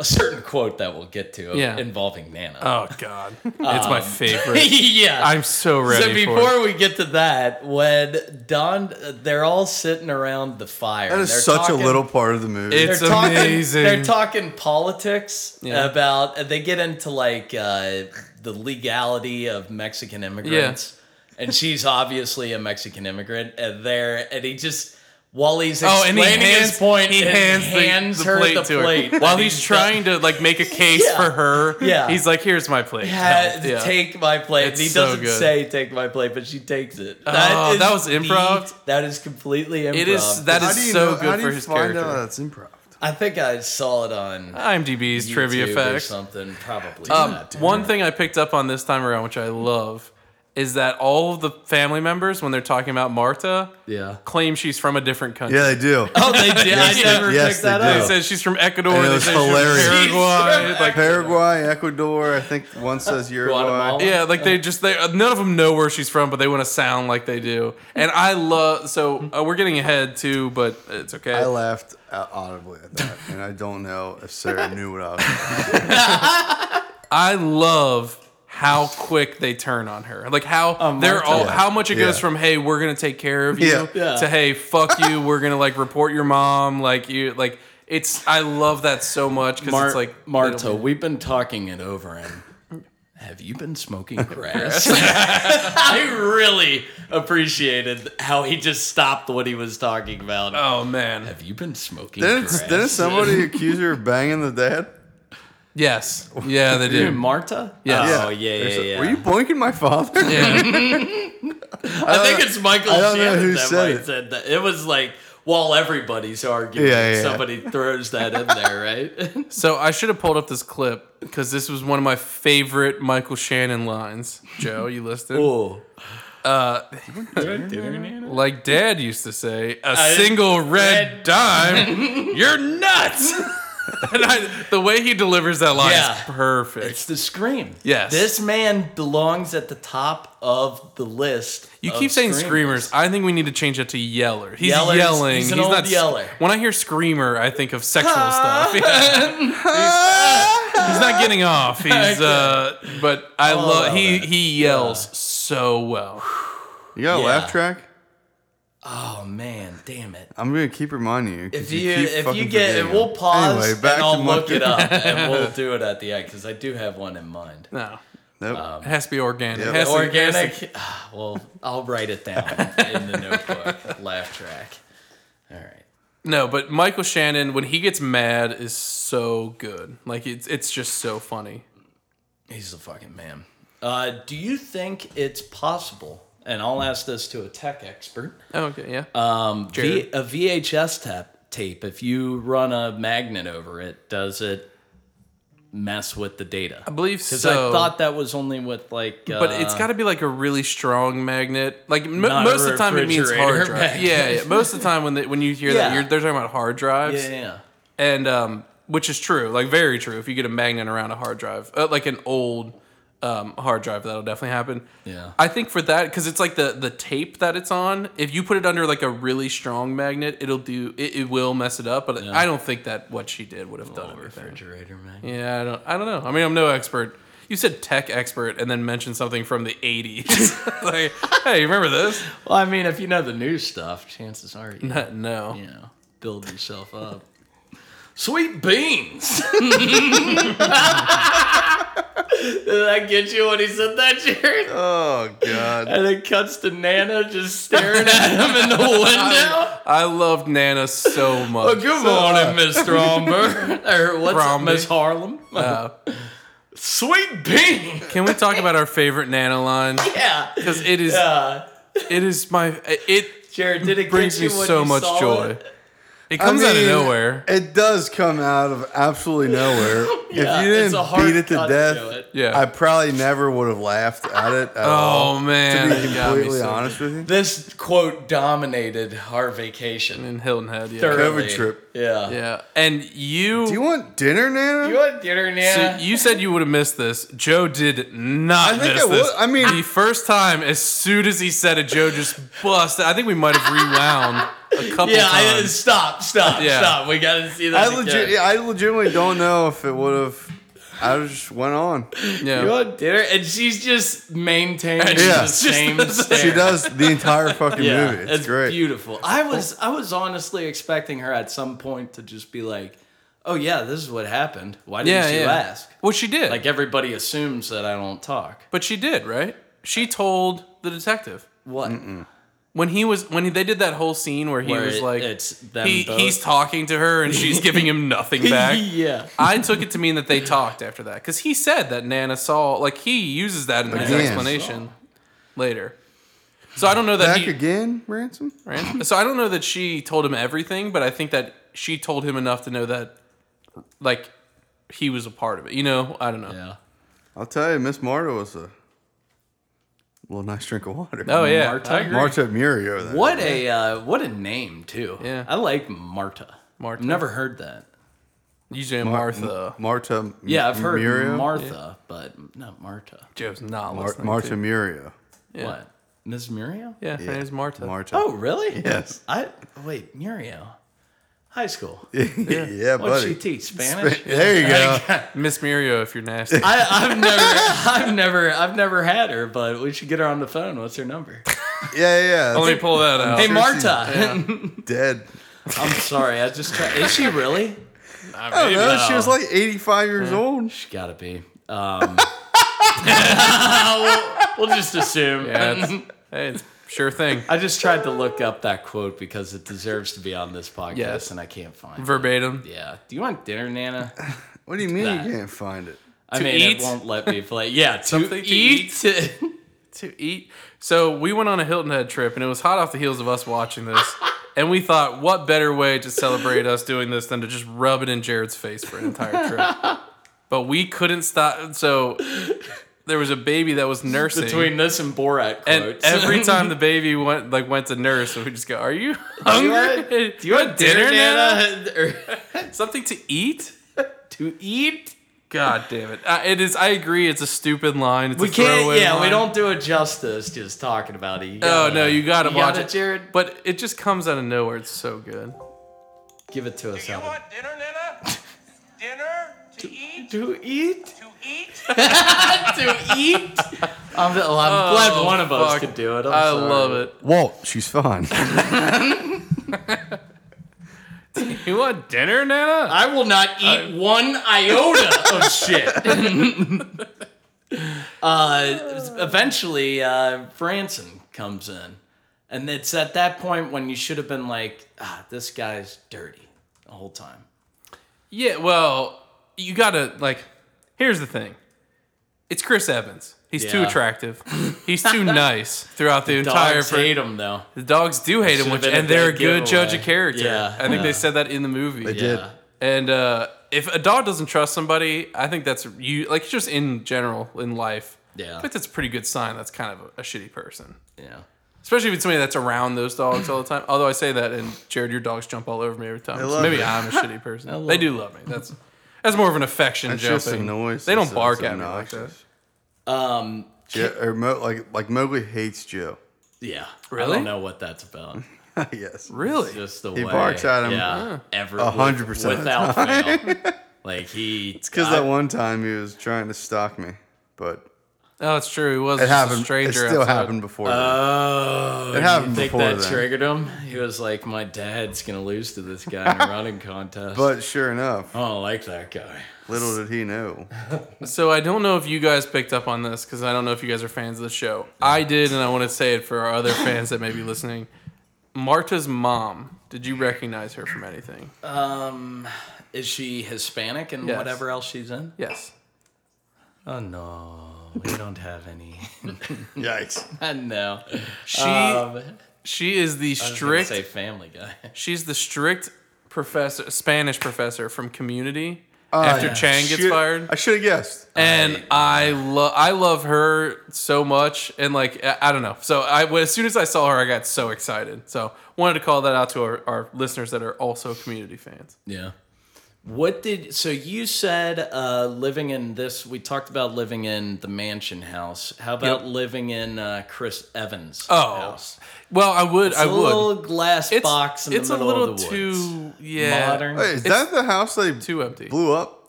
S3: a certain quote that we'll get to
S1: Yeah.
S3: involving Nana.
S1: Oh God, it's my favorite.
S3: Um, yeah.
S1: I'm so ready.
S3: so
S1: for it.
S3: before we get to that, when Don, they're all sitting around the fire.
S2: That
S3: and
S2: is
S3: they're
S2: such
S3: talking-
S2: a little part of the movie.
S1: It's
S3: they're talking,
S1: amazing.
S3: They're talking politics
S1: Yeah.
S3: about. They get into like uh, the legality of Mexican immigrants, and she's obviously a Mexican immigrant. And there, and he just while he's
S1: Oh, and
S3: explaining
S1: he hands,
S3: his point,
S1: He hands, the-
S3: hands
S1: the,
S3: her
S1: plate
S3: the
S1: to
S3: plate
S1: her while
S3: that
S1: he's trying to like make a case
S3: Yeah.
S1: for her.
S3: Yeah.
S1: he's like, "Here's my plate.
S3: had
S1: Yeah.
S3: take my plate.
S1: It's
S3: and he
S1: so
S3: doesn't
S1: good.
S3: say take my plate, but she takes it.
S1: Oh, that was
S3: the-
S1: improv?
S3: that is completely improv.
S1: It is that
S2: How
S1: is
S2: do you
S1: so
S2: know- how
S1: good
S2: do
S1: for
S2: you
S1: his
S2: find
S1: character.
S2: Out that's improv.
S3: I think I saw it on
S1: IMDb's trivia
S3: YouTube or
S1: facts.
S3: something. Probably
S1: Um,
S3: not.
S1: one thing I picked up on this time around, which I love, is that all of the family members, when they're talking about Marta,
S3: Yeah.
S1: claim she's from a different country.
S2: Yeah, they do.
S3: Oh, they did.
S2: Yes,
S3: I
S2: they-
S3: never
S2: yes,
S3: picked
S2: they
S3: that
S1: They
S2: do.
S3: up.
S1: said she's from Ecuador.
S2: And it
S1: they
S2: was
S1: said she's from
S2: hilarious.
S1: Paraguay. like,
S2: Paraguay, Ecuador. I think one says Uruguay.
S3: Guatemala.
S1: Yeah, like they just they uh, none of them know where she's from, but they want to sound like they do. And I love so uh, we're getting ahead too, but it's okay.
S2: I laughed out audibly at that, and I don't know if Sarah knew what I was.
S1: I love how quick they turn on her. Like how they're all
S2: Yeah.
S1: how much it goes
S2: Yeah.
S1: from hey, we're going to take care of you
S2: Yeah.
S3: Yeah.
S1: to hey, fuck you, we're going to like report your mom like you like it's I love that so much cuz
S3: Mar-
S1: it's like
S3: Marta, we've been talking it over, and have you been smoking grass? I really appreciated how he just stopped what he was talking about.
S1: Oh man.
S3: have you been smoking
S2: Didn't,
S3: grass?
S2: didn't somebody accuse her of banging the dad?
S1: Yes. Yeah, they
S3: Dude,
S1: do.
S3: Marta?
S1: Yes.
S3: Oh yeah, yeah,
S2: There's a-
S3: yeah.
S2: Were you boinking my father?
S1: Yeah.
S3: I think it's Michael
S2: I don't know
S3: Shannon
S2: who
S3: that
S2: said
S3: might
S2: it.
S3: said that. It was like while everybody's arguing,
S2: Yeah, yeah, yeah.
S3: somebody throws that in there, right?
S1: So I should have pulled up this clip because this was one of my favorite Michael Shannon lines. Joe, you listed.
S3: Ooh.
S2: Uh,
S1: Like Dad used to say, a single red,
S3: red-
S1: dime, you're nuts. and I, the way he delivers that line
S3: Yeah.
S1: is perfect.
S3: It's the scream.
S1: Yes.
S3: This man belongs at the top of the list.
S1: you
S3: of
S1: keep saying
S3: screamers.
S1: screamers. I think we need to change that to yeller. He's
S3: Yellers-
S1: yelling.
S3: he's an old
S1: not s-
S3: yeller.
S1: When I hear screamer, I think of sexual stuff. Yeah. he's, he's not getting off. He's uh, but I love
S3: love
S1: he
S3: it.
S1: he yells so well.
S2: You got a laugh
S3: Yeah.
S2: track?
S3: Oh man, damn it.
S2: I'm gonna keep reminding you. 'cause
S3: If you,
S2: keep
S3: if you
S2: fucking
S3: get
S2: forgetting
S3: and we'll
S2: them.
S3: pause
S2: Anyway, back
S3: and
S2: to
S3: I'll
S2: Monkey-
S3: look it up and we'll do it at the end because I do have one in mind.
S1: No.
S2: Nope.
S3: Um,
S1: It has to be organic.
S2: Yep.
S1: It has to- it has to-
S3: Organic. Ah, well, I'll write it down in the notebook. Laugh track. All right.
S1: No, but Michael Shannon when he gets mad is so good. Like it's it's just so funny.
S3: He's the fucking man. Uh, do you think it's possible? And I'll ask this to a tech expert.
S1: Oh, okay, yeah.
S3: Um, v- a VHS tap, tape, if you run a magnet over it, does it mess with the data?
S1: I believe
S3: Because
S1: so.
S3: I thought that was only with like. Uh,
S1: but it's got to be like a really strong magnet. Like m-
S3: Not a
S1: most of the time, it means hard
S3: refrigerator
S1: drive.
S3: magnet.
S1: Yeah, yeah. Most of the time, when they, when you hear that,
S3: Yeah.
S1: you're, they're talking about hard drives,
S3: Yeah, yeah.
S1: and um, which is true, like very true. If you get a magnet around a hard drive, uh, like an old um, hard drive, that'll definitely happen.
S3: Yeah.
S1: I think for that because it's like the the tape that it's on. If you put it under like a really strong magnet, it'll do. It, it will mess it up. But I don't think that what she did would have done anything.
S3: Refrigerator magnet.
S1: Yeah, I don't. I don't know. I mean, I'm no expert. You said tech expert, and then mentioned something from the '80s. like, hey, you remember this?
S3: Well, I mean, if you know the new stuff, chances are you,
S1: no.
S3: you know, build yourself up. Sweet beans. Did that get you when he said that, Jared?
S2: oh God.
S3: And it cuts to Nana just staring at him in the window. uh,
S1: I loved Nana so much.
S3: good morning, Miss Stromberg. or what's it,
S1: Bromby.
S3: Miss Harlem?
S1: Uh,
S3: Sweet bean.
S1: can we talk about our favorite Nana line?
S3: Yeah.
S1: Because it is,
S3: Uh,
S1: it is my it.
S3: Jared, did it
S1: Brings
S3: get
S1: me
S3: you when
S1: so
S3: you
S1: much
S3: saw
S1: joy.
S3: it?
S1: It comes out of
S2: mean,
S1: nowhere.
S2: It does come out of absolutely nowhere.
S3: Yeah,
S2: if you
S3: it's a
S2: didn't
S3: hard
S2: beat it to
S3: cut
S2: death,
S3: it.
S1: Yeah.
S2: I probably never would have laughed at it at all.
S1: oh man,
S2: to be
S1: it got me
S2: completely
S1: so-
S2: honest with you,
S3: This quote dominated our vacation.
S1: In Hilton Head, yeah.
S3: thoroughly.
S2: COVID trip.
S3: Yeah.
S1: Yeah, and you.
S2: do you want dinner, Nana?
S3: You want dinner,
S1: so
S3: Nana?
S1: you said you would have missed this. Joe did not
S2: I think
S1: miss
S2: I would-
S1: this.
S2: I mean-
S1: the first time, as soon as he said it, Joe just busted. I think we might have rewound a couple
S3: yeah, I,
S1: times.
S3: stop, stop,
S1: Yeah.
S3: stop. We gotta see this.
S2: I
S3: again.
S2: legit, yeah, I legitimately don't know if it would have. I just went on.
S1: yeah.
S3: You want dinner? And she's just maintaining
S2: Yeah.
S3: the
S1: just-
S2: It's
S3: same stare.
S2: She does the entire fucking
S3: Yeah,
S2: movie. It's, great.
S3: beautiful. I was I was honestly expecting her at some point to just be like, "Oh yeah, this is what happened. Why didn't
S1: yeah,
S3: you
S1: yeah.
S3: ask?"
S1: Well, she did,
S3: Like everybody assumes that I don't talk.
S1: but she did, right? She told the detective
S3: What?
S1: when he was when he, they did that whole scene where he
S3: Where
S1: was
S3: it-
S1: like,
S3: it's them
S1: he,
S3: both.
S1: he's talking to her and she's giving him nothing back.
S3: yeah.
S1: I took it to mean that they talked after that because he said that Nana saw like he uses that in his
S2: Again.
S1: explanation later. So I don't know that
S2: Back
S1: he,
S2: again, ransom.
S1: Right? So I don't know that she told him everything, but I think that she told him enough to know that, like, he was a part of it. You know, I don't know.
S3: Yeah.
S2: I'll tell you, Miss Marta was a little nice drink of water.
S1: Oh yeah,
S3: Marta?
S1: I agree.
S2: Marta Murio. Then.
S3: What a uh, what a name too.
S1: Yeah.
S3: I like Marta.
S1: Marta.
S3: I've never heard that.
S1: You say Martha.
S2: Marta. M-
S3: Yeah, I've heard
S2: Murio.
S3: Martha, but not Marta.
S1: Joe's not
S2: Mar-
S1: listening.
S2: Marta
S1: to-
S2: Murio.
S1: Yeah.
S3: What? Ms. Muriel?
S1: Yeah, her name's Marta.
S2: Marta.
S3: Oh, really?
S2: Yes.
S3: I wait, Muriel. High school.
S2: yeah,
S3: What'd she
S2: buddy.
S3: teach? Spanish?
S2: There you go.
S1: Miss Mirio, if you're nasty.
S3: I, I've never I've never I've never had her, but we should get her on the phone. What's her number?
S2: Yeah, yeah. yeah.
S1: Let me pull that out.
S3: Hey
S2: sure
S3: Marta.
S2: dead.
S3: I'm sorry, I just tried. is she really?
S2: I don't know.
S3: no.
S2: She was like 85 years old.
S3: She gotta be. Um, we'll, we'll just assume.
S1: Yeah, it's- hey, it's sure thing.
S3: I just tried to look up that quote because it deserves to be on this podcast,
S1: Yes.
S3: and I can't find it.
S1: Verbatim.
S3: Yeah. Do you want dinner, Nana?
S2: What do you mean
S3: That.
S2: you can't find it?
S3: I
S1: To
S3: mean,
S1: eat?
S3: it won't let me play. Yeah, to
S1: Something to
S3: eat.
S1: to eat. So we went on a Hilton Head trip, and it was hot off the heels of us watching this. And we thought, what better way to celebrate us doing this than to just rub it in Jared's face for an entire trip? But we couldn't stop. So there was a baby that was nursing.
S3: Between this and Borat quotes.
S1: and every time the baby went like went to nurse, so we just go, "Are you hungry?
S3: Do you want dinner, Nana? Or-
S1: Something to eat?
S3: to eat?
S1: God damn it! Uh, it is. I agree. It's a stupid line. It's
S3: We
S1: a throwaway
S3: can't. Yeah, we
S1: line.
S3: don't do it justice just talking about it. You
S1: Oh
S3: gotta-
S1: no, you gotta
S3: you
S1: watch
S3: gotta,
S1: it,
S3: Jared.
S1: But it just comes out of nowhere. It's so good.
S3: Give it to us.
S4: You
S3: Evan.
S4: want dinner, Nana? dinner to eat?
S3: To eat?
S4: To eat?
S3: to eat? Oh, I'm, well, I'm glad one of us
S1: fuck.
S3: could do it. I'm
S1: I
S3: sorry.
S1: love it.
S2: Walt, she's fine.
S1: You want dinner, Nana?
S3: I will not eat one iota of shit. Uh, eventually, uh, Branson comes in, and it's at that point when you should have been like, ah, this guy's dirty the whole time.
S1: Yeah, well, you gotta like. Here's the thing. It's Chris Evans. He's too
S3: Yeah.
S1: attractive. He's too nice throughout the, entire.
S3: Dogs
S1: fr-
S3: hate him though.
S1: The dogs do hate him,
S3: Should've
S1: which
S3: been a
S1: and they're a
S3: big
S1: good judge of
S3: giveaway.
S1: character.
S3: Yeah.
S1: I think
S3: Yeah.
S1: they said that in the movie.
S2: They did.
S3: Yeah.
S1: And uh, if a dog doesn't trust somebody, I think that's you like just in general in life.
S3: Yeah.
S1: I think that's a pretty good sign. That's kind of a, a shitty person,
S3: Yeah.
S1: especially if it's somebody that's around those dogs all the time. Although I say that, and Jared, your dogs jump all over me every time. So
S2: love
S1: maybe
S2: me.
S1: I'm a shitty person.
S3: love
S1: They do love me. That's that's more of an affection
S2: It's
S1: jumping.
S2: just a noise.
S1: They don't
S2: It's-
S1: bark
S2: it's
S1: at me like that.
S2: obnoxious.
S3: Um.
S2: Yeah, or Mo, like like Mowgli hates Joe.
S3: Yeah. I
S1: Really?
S3: don't know what that's about.
S2: yes.
S1: Really?
S3: Just the
S2: He
S3: way
S2: barks at him
S3: Yeah. Ever.
S2: a hundred
S3: with-
S2: percent of the
S3: Without fail. Like he. It's
S2: Because that one time he was trying to stalk me, but
S1: oh, it's true. He was
S2: it
S1: just
S2: happened.
S1: a stranger.
S2: It still
S1: outside. Uh,
S2: happened before. then.
S3: Oh,
S2: It happened
S3: you think
S2: before
S3: that
S2: then.
S3: triggered him? He was like, "My dad's gonna lose to this guy in a running contest."
S2: but sure enough,
S3: I don't like that guy.
S2: little did he know.
S1: So I don't know if you guys picked up on this because I don't know if you guys are fans of the show. I did, and I want to say it for our other fans that may be listening. Marta's mom. Did you recognize her from anything?
S3: Um, is she Hispanic and
S1: Yes.
S3: whatever else she's in?
S1: Yes.
S3: Oh no, we don't have any.
S2: Yikes!
S3: no,
S1: She
S3: um,
S1: she is the
S3: I was gonna
S1: strict.
S3: say Family Guy.
S1: She's the strict professor, Spanish professor from Community.
S2: Uh,
S1: after
S2: yeah.
S1: Chang gets
S2: Should-
S1: fired,
S2: I should have guessed.
S1: and I love I love her so much, and like I, I don't know. So I when- as soon as I saw her, I got so excited. So wanted to call that out to our, our listeners that are also community fans.
S3: Yeah. What did so you said uh, living in this? We talked about living in the mansion house. How about living in uh, Chris Evans'
S1: Oh.
S3: house?
S1: Well, I would. I
S3: It's
S1: would.
S3: a little glass box in
S1: it's
S3: the
S1: a
S3: middle
S1: little
S3: of the woods.
S1: too yeah
S3: Modern.
S2: Wait, is that the house they
S1: too empty.
S2: blew up?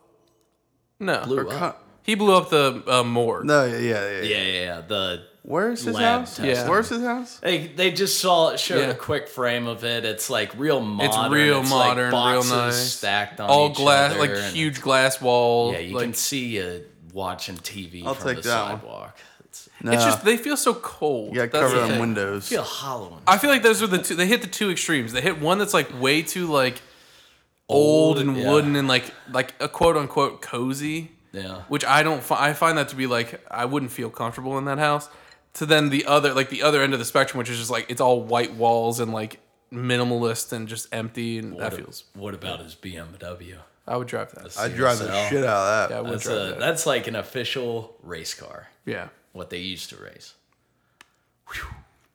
S1: no,
S3: Blew up.
S2: Huh.
S1: he blew up the uh, morgue.
S2: No, yeah, yeah,
S3: Yeah,
S2: yeah.
S3: yeah, yeah. The
S2: Where's his
S3: Lab
S2: house?
S3: test.
S1: Yeah.
S2: Where's his house?
S3: they they just saw it showed
S1: Yeah.
S3: a quick frame of it. It's like real modern.
S1: real
S3: like
S1: modern, real
S3: boxes
S1: nice.
S3: stacked on
S1: All
S3: each
S1: glass,
S3: other
S1: like
S3: and-
S1: huge glass wall.
S3: Yeah, you
S1: like,
S3: can see you watching TV
S2: I'll
S3: from
S2: take
S3: the
S2: that one.
S3: sidewalk. It's,
S2: No,
S1: It's just they feel so cold.
S2: you got
S1: That's
S2: covered
S1: the
S2: on
S1: thing.
S2: windows.
S3: feel hollow.
S1: I feel like those are the two. They hit the two extremes. They hit one that's like way too like old and
S3: yeah.
S1: wooden and like like a quote unquote cozy.
S3: Yeah.
S1: Which I don't. Fi- I find that to be like I wouldn't feel comfortable in that house. To then the other like the other end of the spectrum, which is just like it's all white walls and like minimalist and just empty, and that
S3: What a-
S1: feels.
S3: What about his BMW?
S1: I would drive that.
S2: I'd drive the
S3: CSL.
S2: shit out of
S1: Yeah, I
S2: that.
S1: would
S3: That's
S1: drive
S3: a
S1: that.
S3: that's like an official race car.
S1: yeah,
S3: What they used to race.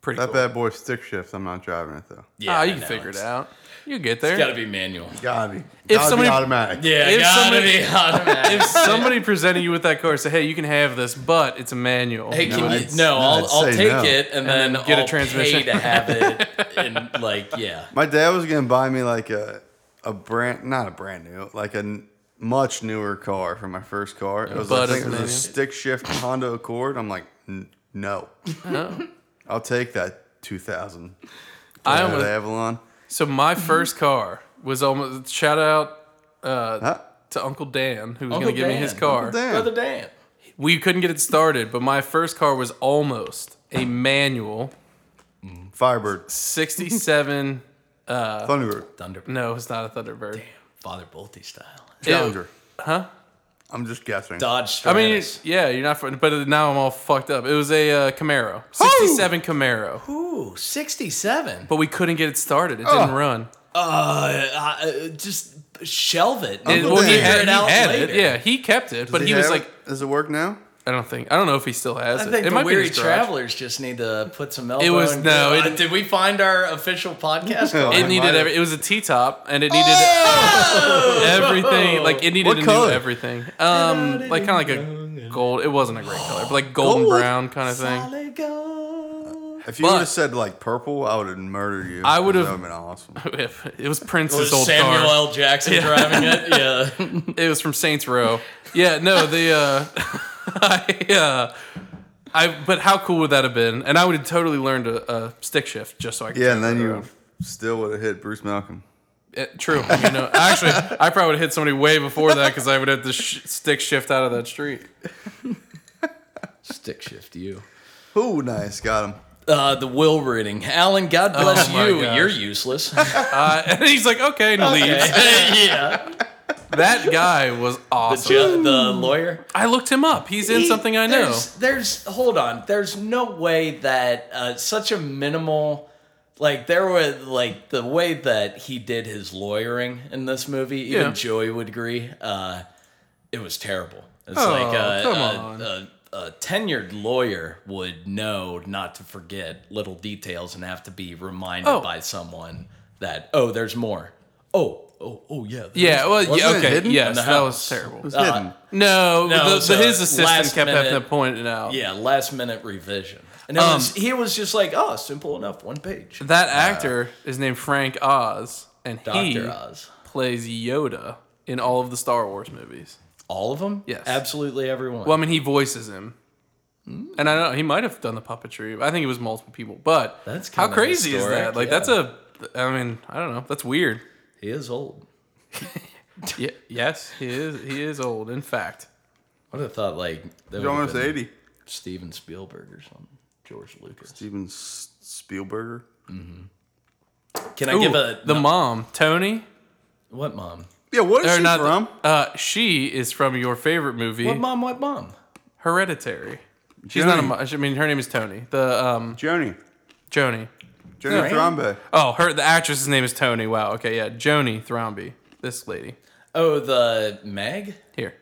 S1: pretty.
S2: That
S1: cool.
S2: bad boy stick shift. I'm not driving it though.
S1: Ah,
S3: I
S1: you can
S3: know,
S1: figure it
S3: it's-
S1: out. You get
S3: It's got to
S1: there.
S3: be manual.
S2: Gotta be.
S1: If
S2: Gotta
S1: somebody-
S2: be automatic.
S3: Yeah,
S1: If
S3: gotta
S1: somebody-
S3: be automatic.
S1: If somebody presented you with that car, say, "Hey, you can have this, but it's a manual."
S3: Hey, can
S2: No,
S3: you?
S2: I'd-
S3: No,
S2: no,
S3: I'll,
S2: I'd
S3: I'll
S2: say
S3: take
S2: no.
S3: it and,
S1: then
S3: then,
S1: get a
S3: I'll
S1: transmission.
S3: pay to have it and like yeah.
S2: My dad was gonna buy me like a a brand, not a brand new, like a n- much newer car for my first car. It was, I
S1: But it's
S2: think it was a
S1: manual.
S2: stick shift Honda Accord. I'm like, "N- no, I'll take that 2000
S1: Oh. I
S2: Toyota
S1: almost,
S2: Avalon.
S1: So my
S3: Mm-hmm.
S1: first car was almost shout out Uh,
S2: Huh?
S1: to Uncle Dan who was
S3: Uncle
S1: going to give me his
S3: Dan.
S1: car.
S2: Damn.
S3: Brother Dan.
S1: We couldn't get it started, but my first car was almost a manual
S2: Firebird,
S1: 67 uh,
S2: Thunderbird,
S3: Thunder
S1: no, it's not a Thunderbird.
S3: Father Bolte style.
S2: Challenger.
S1: huh?
S2: I'm just guessing.
S3: Dodge
S1: I mean,
S3: Stratus.
S1: it- yeah, you're not fr- but now I'm all fucked up. It was a uh, Camaro. 67 Camaro.
S3: Ooh, 67.
S1: But we couldn't get it started. It didn't
S2: Oh.
S1: run.
S3: Uh, uh, just shelve it.
S1: It-
S2: Uncle
S1: well, he
S2: Dan.
S1: had,
S2: Figure it
S1: he had it.
S3: later.
S1: Yeah, he kept it, but
S2: Does
S1: he, was
S2: have
S1: like,
S2: it? does it work now?
S1: I don't think, I don't know if he still has
S3: I
S1: it.
S3: think
S1: it
S3: the
S1: in
S3: weary
S1: his garage.
S3: travelers just need to put some elbow.
S1: It was-
S3: and
S1: no,
S3: go,
S1: it-
S3: "Uh, did we find our official podcast?
S2: No.
S3: card?"
S1: It
S2: I
S1: needed
S2: might
S1: every, it was a T top and it needed
S3: Oh. Ah!
S1: everything. Like it needed
S2: What
S1: a
S2: color?
S1: new everything. Um, like kind of like a gold. It wasn't a great color, but like golden
S2: Gold?
S1: brown kind of thing.
S3: Solid gold.
S2: If you
S1: But-
S2: would have said like purple, I would have murdered you.
S1: I would've-
S2: That would have been awesome.
S1: it was Prince's
S3: Was
S1: old
S3: Samuel
S1: car.
S3: L. Jackson driving it? Yeah.
S1: It was from Saints Row. Yeah, no, the uh, I, uh, I. But how cool would that have been? And I would have totally learned a, a stick shift just so I could.
S2: Yeah,
S1: turn
S2: and then
S1: it
S2: you
S1: around.
S2: still would have hit Bruce Malcolm.
S1: Eh, true. You know, actually, I probably would have hit somebody way before that because I would have to sh- stick shift out of that street.
S3: Stick shift you.
S2: Ooh, nice. Got him.
S3: Uh, the will reading. Alan, God bless
S1: my
S3: you.
S1: gosh.
S3: You're useless.
S1: Uh, and he's like, okay, and leaves.
S3: yeah.
S1: That guy was
S3: The,
S1: awesome.
S3: ju- the lawyer.
S1: I looked him up. He's in
S3: He-
S1: something I know.
S3: There's, there's- hold on. There's no way that uh, such a minimal, like there were like the way that he did his lawyering in this movie. Even
S1: Yeah.
S3: Joey would agree. Uh, it was terrible. It's
S1: Oh,
S3: like a,
S1: come
S3: a-
S1: on.
S3: a- a tenured lawyer would know not to forget little details and have to be reminded
S1: Oh.
S3: by someone that oh, there's more. Oh, oh, oh, yeah. there is
S1: Yeah, well,
S2: Wasn't
S1: yeah,
S2: it
S1: okay,
S2: hidden?
S1: yes,
S3: In the
S1: that was
S3: house.
S1: terrible.
S2: It's
S3: Uh,
S2: hidden.
S1: No,
S3: No,
S1: the,
S3: so
S1: the, his assistant
S3: last
S1: kept having
S3: minute-
S1: to point it out.
S3: Yeah, last minute revision. And it
S1: Um,
S3: was, he was just like, oh, simple enough, one page.
S1: That actor is named Frank Oz, and he
S3: Dr. Oz.
S1: plays Yoda in all of the Star Wars movies.
S3: All of them?
S1: Yes.
S3: Absolutely everyone.
S1: Well, I mean, he voices him.
S3: Hmm.
S1: And I don't know, he might have done the puppetry. I think it was multiple people, but
S3: That's
S1: how
S3: kinda
S1: crazy is
S3: historic,
S1: that? Like,
S3: yeah.
S1: that's a, I mean, I don't know, that's weird.
S3: he is old.
S1: Yeah, yes, he is, he is old, in fact.
S3: I would have thought, like, that
S2: He's almost
S3: would've been
S2: 80.
S3: Steven Spielberg or something. George Lucas.
S2: Steven S- Spielberger.
S3: Can I
S1: Ooh,
S3: give a.
S1: the
S3: no,
S1: mom, Tony,
S3: What mom?
S2: Yeah, what is
S1: or
S2: she
S1: not
S2: from?
S1: Uh, she is from your favorite movie,
S3: What mom? What mom?
S1: Hereditary. She's
S2: Joni.
S1: not a. mo- I mean, her name is Tony. The um,
S2: Joni.
S1: Joni.
S2: Joni
S3: Right?
S2: Trombe.
S1: Oh, her. The actress's name is Tony. Wow. Okay. Yeah. Joni Thrombey. This lady
S3: Oh, the Meg?
S1: here.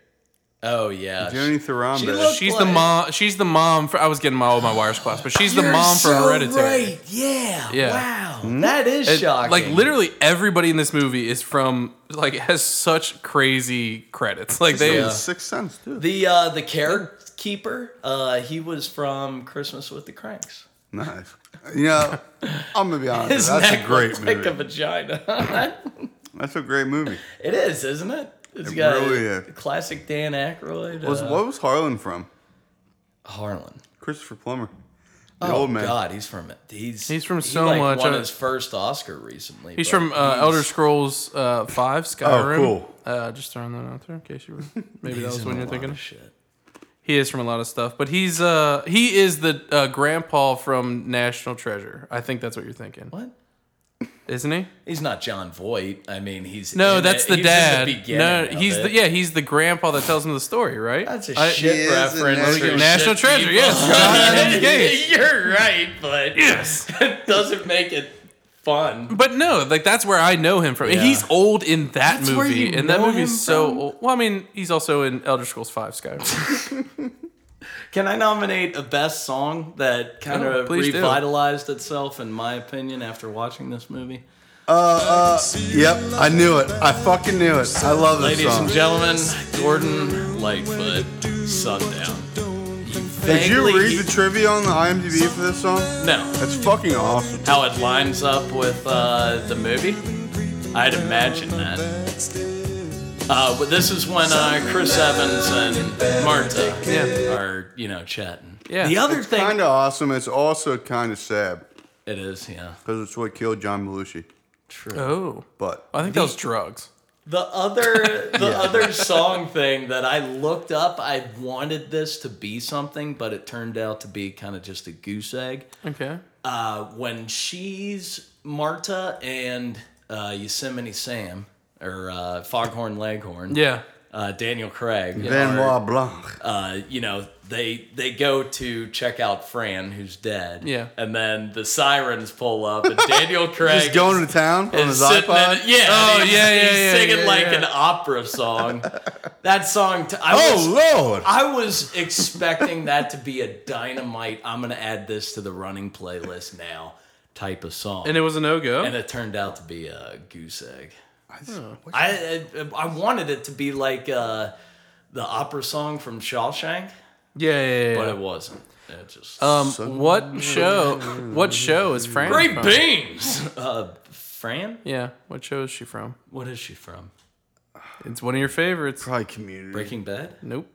S3: Oh, yeah.
S2: Joni Thrombey.
S3: She looked-
S1: She's
S3: What?
S1: the mom. She's the mom. For, I was getting my all my wires crossed, but she's the
S3: You're
S1: mom for
S3: so
S1: Hereditary.
S3: Right. Yeah.
S1: Yeah.
S3: Wow. That is
S1: It-
S3: shocking.
S1: like literally everybody in this movie is from like has such crazy credits. Like they.
S2: Yeah. Sixth Sense, too.
S3: The uh, the carrot keeper, uh, he was from Christmas with the Cranks.
S2: nice. You know, I'm going to be honest. with
S3: His
S2: you, That's
S3: neck
S2: a great
S3: looked like
S2: movie.
S3: a vagina.
S2: That's a great movie.
S3: it is, isn't it? It's
S2: It
S3: got
S2: really is.
S3: the classic Dan Aykroyd.
S2: Was,
S3: uh,
S2: what was Harlan from?
S3: Harlan.
S2: Christopher Plummer. The
S3: Oh
S2: old man.
S3: God, he's from it. He's
S1: He's from
S3: he,
S1: so
S3: like,
S1: much,
S3: Won
S1: uh,
S3: his first Oscar recently.
S1: He's
S3: but
S1: from uh, Elder Scrolls uh, Five, Skyrim.
S2: Oh, cool.
S1: Uh, just throwing that out there in case you were maybe that
S3: he's
S1: was
S3: in
S1: when
S3: a
S1: you're
S3: lot
S1: thinking.
S3: of
S1: of.
S3: shit.
S1: He is from a lot of stuff, but he's uh he is the uh, grandpa from National Treasure. I think that's what you're thinking,
S3: What?
S1: isn't he?
S3: He's not John Voight. I mean, he's
S1: No,
S3: in
S1: that's
S3: it.
S1: the
S3: He's in
S1: dad.
S3: beginning
S1: no,
S3: of
S1: he's
S3: it.
S1: the yeah, he's the grandpa that tells him the story, right?
S3: That's a
S1: I-
S2: He
S3: shit
S2: is in
S3: reference.
S2: National
S3: for
S1: National
S3: shit
S1: Treasure,
S3: people.
S1: yes. John Gates.
S3: You're right, but
S1: Yes.
S3: it doesn't make it fun.
S1: But no, like that's where I know him from.
S3: Yeah.
S1: He's old in that
S3: That's
S1: movie,
S3: where you
S1: and that
S3: know him
S1: movie's so
S3: from?
S1: old. Well, I mean, he's also in Elder Scrolls Five, Skyrim.
S3: Can I nominate a best song that kind
S1: Oh,
S3: of
S1: please do.
S3: revitalized itself, in my opinion, after watching this movie?
S2: Uh, uh, yep, I knew it. I fucking knew it. I love this
S3: Ladies
S2: song.
S3: and gentlemen, Gordon Lightfoot, Sundown.
S2: Did you
S3: Vaguely-
S2: read the trivia on the IMDb for this song?
S3: No.
S2: That's fucking awesome.
S3: How it lines up with uh, the movie? I'd imagine that. Uh, but this is when uh, Chris Evans and Marta
S1: Yeah.
S3: are, you know, chatting.
S1: Yeah.
S3: The other
S2: It's
S3: thing.
S2: kind of awesome. It's also kind of sad
S3: it is, yeah.
S2: because it's what killed John Belushi.
S3: True.
S1: oh,
S2: But
S1: I think that was drugs.
S3: The other the other song thing that I looked up, I wanted this to be something, but it turned out to be kind of just a goose egg.
S1: Okay.
S3: Uh, when she's Marta and uh, Yosemite Sam or uh, Foghorn Leghorn,
S1: Yeah.
S3: uh, Daniel Craig,
S2: Benoit Blanc.
S3: uh, you know, they they go to check out Fran, who's dead.
S1: Yeah.
S3: and then the sirens pull up, and Daniel Craig
S2: He's going to town on
S3: is
S2: his
S3: sitting in
S2: iPod.
S3: it- yeah,
S1: Oh,
S3: and he's,
S1: yeah, yeah,
S3: he's
S1: yeah,
S3: singing
S1: yeah,
S3: like
S1: yeah.
S3: an opera song. that song, t- I was,
S2: Oh, Lord.
S3: I was expecting that to be a dynamite. I'm gonna add this to the running playlist now type of song,
S1: And it was a no
S3: and
S1: go.
S3: it turned out to be a goose egg. I I, I wanted it to be like uh, the opera song from Shawshank,
S1: Yeah, yeah, yeah, yeah.
S3: but it wasn't. It just
S1: Um, what show? What show is Fran?
S3: great
S1: from?
S3: beans. Uh, Fran,
S1: Yeah. What show is she from?
S3: what is she from?
S1: It's one of your favorites.
S2: Probably community.
S3: Breaking Bad.
S1: Nope.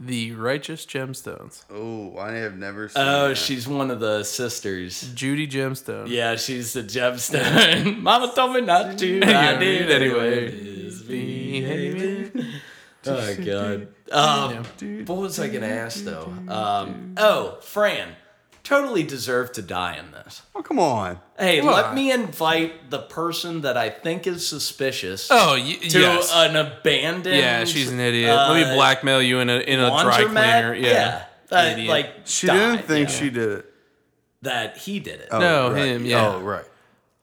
S1: The Righteous Gemstones.
S2: Oh, I have never seen
S1: Uh,
S3: Oh,
S2: that.
S3: she's one of the sisters.
S1: Judy Gemstone.
S3: Yeah, she's the gemstone. Mama told me not to. I
S1: Yeah,
S3: did
S1: anyway.
S3: anyway. Misbehaving. Oh god. Um, what was I gonna ask though? Um, oh, Fran, totally deserved to die in this.
S2: Oh, come on.
S3: Hey, let
S1: on.
S3: me invite the person that I think is suspicious
S1: Oh, y-
S3: to
S1: yes.
S3: an abandoned.
S1: yeah, she's an idiot. Let
S3: uh,
S1: me blackmail you in a in a dry
S3: laundromat.
S1: cleaner. Yeah.
S3: That,
S1: Idiot.
S3: like
S2: She
S3: died,
S2: didn't think
S3: yeah.
S2: she did it.
S3: that he did it.
S2: Oh,
S1: No,
S2: right.
S1: him, yeah.
S2: Oh, right.